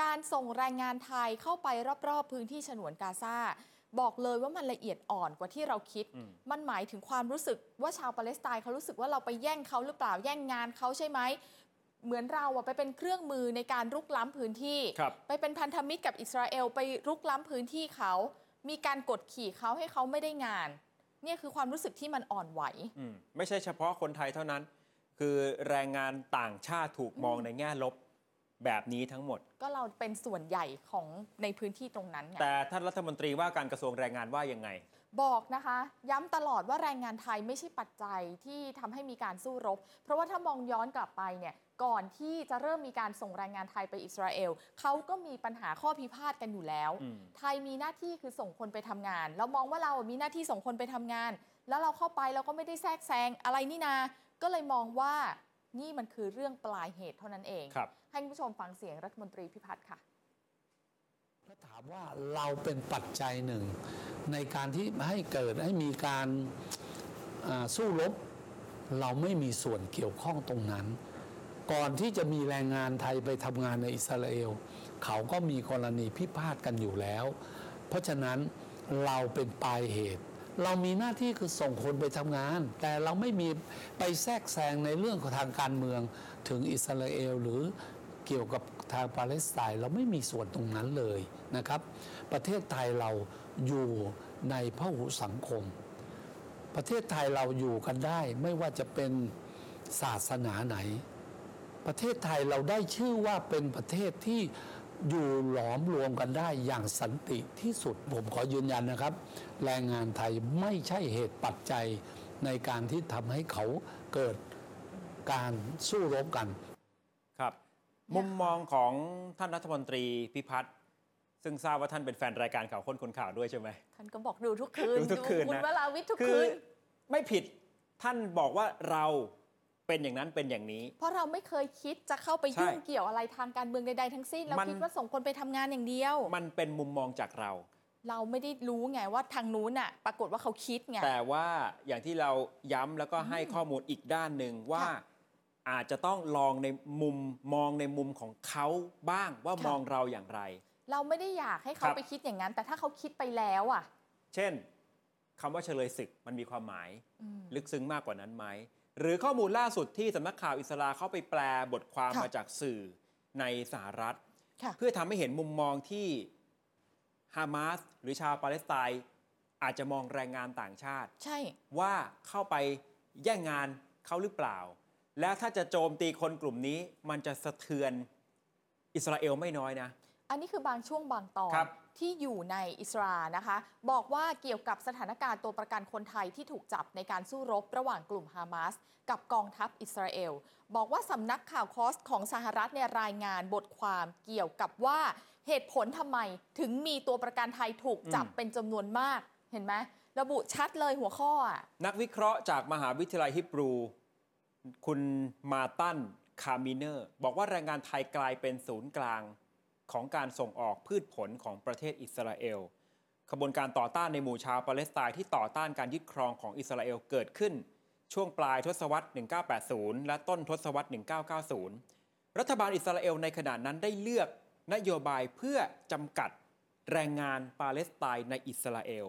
การส่งแรงงานไทยเข้าไปรอบๆ พื้นที่ฉนวนกาซาบอกเลยว่ามันละเอียดอ่อนกว่าที่เราคิด อืม มันหมายถึงความรู้สึกว่าชาวปาเลสไตน์เขารู้สึกว่าเราไปแย่งเขาหรือเปล่าแย่งงานเขาใช่ไหมเหมือนเราอะไปเป็นเครื่องมือในการรุกล้ำพื้นที่ ครับ ไปเป็นพันธมิตรกับอิสราเอลไปรุกล้ำพื้นที่เขา มีการกดขี่เขาให้เขาไม่ได้งาน เนี่ยคือความรู้สึกที่มันอ่อนไหว อืมไม่ใช่เฉพาะคนไทยเท่านั้น คือแรงงานต่างชาติถูกมองในแง่ลบแบบนี้ทั้งหมด ก็เราเป็นส่วนใหญ่ของในพื้นที่ตรงนั้นไง แต่ท่านรัฐมนตรีว่าการกระทรวงแรงงานว่ายังไง บอกนะคะ ย้ำตลอดว่าแรงงานไทยไม่ใช่ปัจจัยที่ทำให้มีการสู้รบ เพราะว่าถ้ามองย้อนกลับไปเนี่ยก่อนที่จะเริ่มมีการส่งแรงงานไทยไปอิสราเอลเขาก็มีปัญหาข้อพิพาทกันอยู่แล้ว อืม ไทยมีหน้าที่คือส่งคนไปทำงาน เรามองว่าเรามีหน้าที่ส่งคนไปทำงาน แล้วเราเข้าไปเราก็ไม่ได้แทรกแซงอะไรนี่นา ก็เลยมองว่านี่มันคือเรื่องปลายเหตุเท่านั้นเอง ครับ ให้คุณผู้ชมฟังเสียงรัฐมนตรีพิพัฒน์ค่ะ ถ้าถามว่าเราเป็นปัจจัยหนึ่ง ในการที่ให้เกิดให้มีการอ่าสู้รบเราไม่มีส่วนเกี่ยวข้องตรงนั้น ก่อนที่จะมีแรงงานไทยไปทำงานในอิสราเอล เขาก็มีกรณีพิพาทกันอยู่แล้ว เพราะฉะนั้นเราเป็นปลายเหตุ เรามีหน้าที่คือส่งคนไปทำงาน แต่เราไม่มีไปแทรกแซงในเรื่องของทางการเมืองถึงอิสราเอลหรือเกี่ยวกับทางปาเลสไตน์เราไม่มีส่วนตรงนั้นเลยนะครับ ประเทศไทยเราอยู่ในพหุสังคม ประเทศไทยเราอยู่กันได้ไม่ว่าจะเป็นศาสนาไหน ประเทศไทยเราได้ชื่อว่าเป็นประเทศที่อยู่หลอมรวมกันได้อย่างสันติที่สุด ผมขอยืนยันนะครับ แรงงานไทยไม่ใช่เหตุปัจจัยในการที่ทำให้เขาเกิดการสู้รบกัน ครับ เนี่ย มุมมองของท่านรัฐมนตรีพิพัฒน์ซึ่งทราบว่าท่านเป็นแฟนรายการข่าวค้นคนข่าวด้วยใช่ไหม ท่านก็บอกดูทุกคืน ดูทุกคืนนะ คุณวราวิทย์ทุก คื คื อน ไม่ผิดท่านบอกว่าเราเป็นอย่างนั้นเป็นอย่างนี้ เพราะเราไม่เคยคิดจะเข้าไปยุ่ง ใช่ เกี่ยวอะไรทางการเมืองใดๆทั้งสิ้น เรา มัน คิดว่าส่งคนไปทำงานอย่างเดียว มันเป็นมุมมองจากเรา เราไม่ได้รู้ไงว่าทางนู้นน่ะ ปรากฏว่าเขาคิดไง แต่ว่าอย่างที่เราย้ำแล้วก็ให้ข้อมูลอีกด้านหนึ่งว่า ค่ะ อาจจะต้องลองในมุมมองในมุมของเขาบ้างว่ามองเราอย่างไร เราไม่ได้อยากให้เขา ครับ ไปคิดอย่างนั้น แต่ถ้าเขาคิดไปแล้วอ่ะ เช่นคำว่าเฉลยศึกมันมีความหมาย อืม ลึกซึ้งมากกว่านั้นไหม หรือข้อมูลล่าสุดที่สำนักข่าวอิสราเข้าไปแปลบทความ ค่ะ มาจากสื่อในสหรัฐ ค่ะ เพื่อทำให้เห็นมุมมองที่ฮามาสหรือชาวปาเลสไตน์อาจจะมองแรงงานต่างชาติ ใช่ ว่าเข้าไปแย่งงานเขาหรือเปล่า และถ้าจะโจมตีคนกลุ่มนี้ มันจะสะเทือนอิสราเอลไม่น้อยนะ อันนี้คือบางช่วงบางตอน ครับ ที่อยู่ในอิสรานะคะ บอกว่าเกี่ยวกับสถานการณ์ตัวประกันคนไทยที่ถูกจับในการสู้รบระหว่างกลุ่มฮามาสกับกองทัพอิสราเอล บอกว่าสำนักข่าวคอสของสหรัฐเนี่ยรายงานบทความเกี่ยวกับว่าเหตุผลทำไมถึงมีตัวประกันไทยถูกจับเป็นจำนวนมากเห็นไหมระบุชัดเลยหัวข้ออะ นักวิเคราะห์จากมหาวิทยาลัยฮิบรู คุณมาตันคามิเนอร์ บอกว่าแรงงานไทยกลายเป็นศูนย์กลางของการส่งออกพืชผลของประเทศอิสราเอล ขบวนการต่อต้านในหมู่ชาวปาเลสไตน์ที่ต่อต้านการยึดครองของอิสราเอลเกิดขึ้น ช่วงปลายทศวรรษ 1980 และต้นทศวรรษ 1990 รัฐบาลอิสราเอลในขณะนั้นได้เลือกนโยบายเพื่อจำกัดแรงงานปาเลสไตน์ในอิสราเอล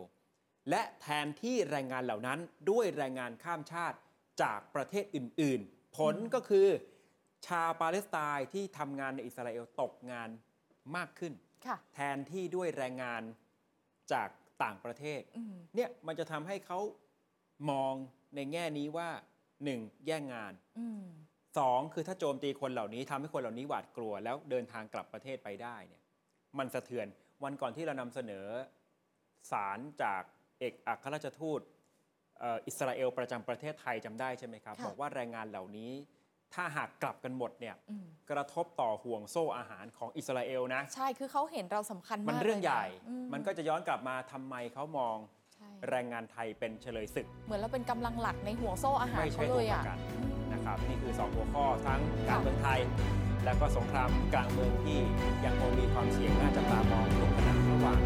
และแทนที่แรงงานเหล่านั้นด้วยแรงงานข้ามชาติจากประเทศอื่น ๆ ผลก็คือ ชาวปาเลสไตน์ที่ทำงานในอิสราเอลตกงานมากขึ้น ค่ะ แทนที่ด้วยแรงงานจากต่างประเทศ อืม เนี่ยมันจะทำให้เขามองในแง่นี้ว่า 1. แย่งงาน อืม 2. คือถ้าโจมตีคนเหล่านี้ทำให้คนเหล่านี้หวาดกลัว แล้วเดินทางกลับประเทศไปได้เนี่ยมันสะเทือนวันก่อนที่เรานำเสนอสารจากเอกอัครราชทูตเอ่ออิสราเอลประจำประเทศไทยจำได้ใช่ไหมครับ ค่ะ บอกว่าแรงงานเหล่านี้ ถ้าหากกลับกันหมดเนี่ย อืม กระทบต่อห่วงโซ่อาหารของอิสราเอลนะ ใช่ คือเขาเห็นเราสำคัญมาก มันเรื่อง ลยะ ใหญ่ อื มันก็จะย้อนกลับมาทำไมเขามอง ใช่ แรงงานไทยเป็นเฉลยศึก เหมือนเราเป็นกำลังหลักในห่วงโซ่อาหาร ไม่ เขา ใช่ เล ตัวย ป อ่ะ ระกันนะครับ นี่คือ 2 หัวข้อทั้งการเมืองไทย และก็สงครามกลางเมืองที่ยังคงมีความเสี่ยงน่าจับตามองทุกขณะระหว่าง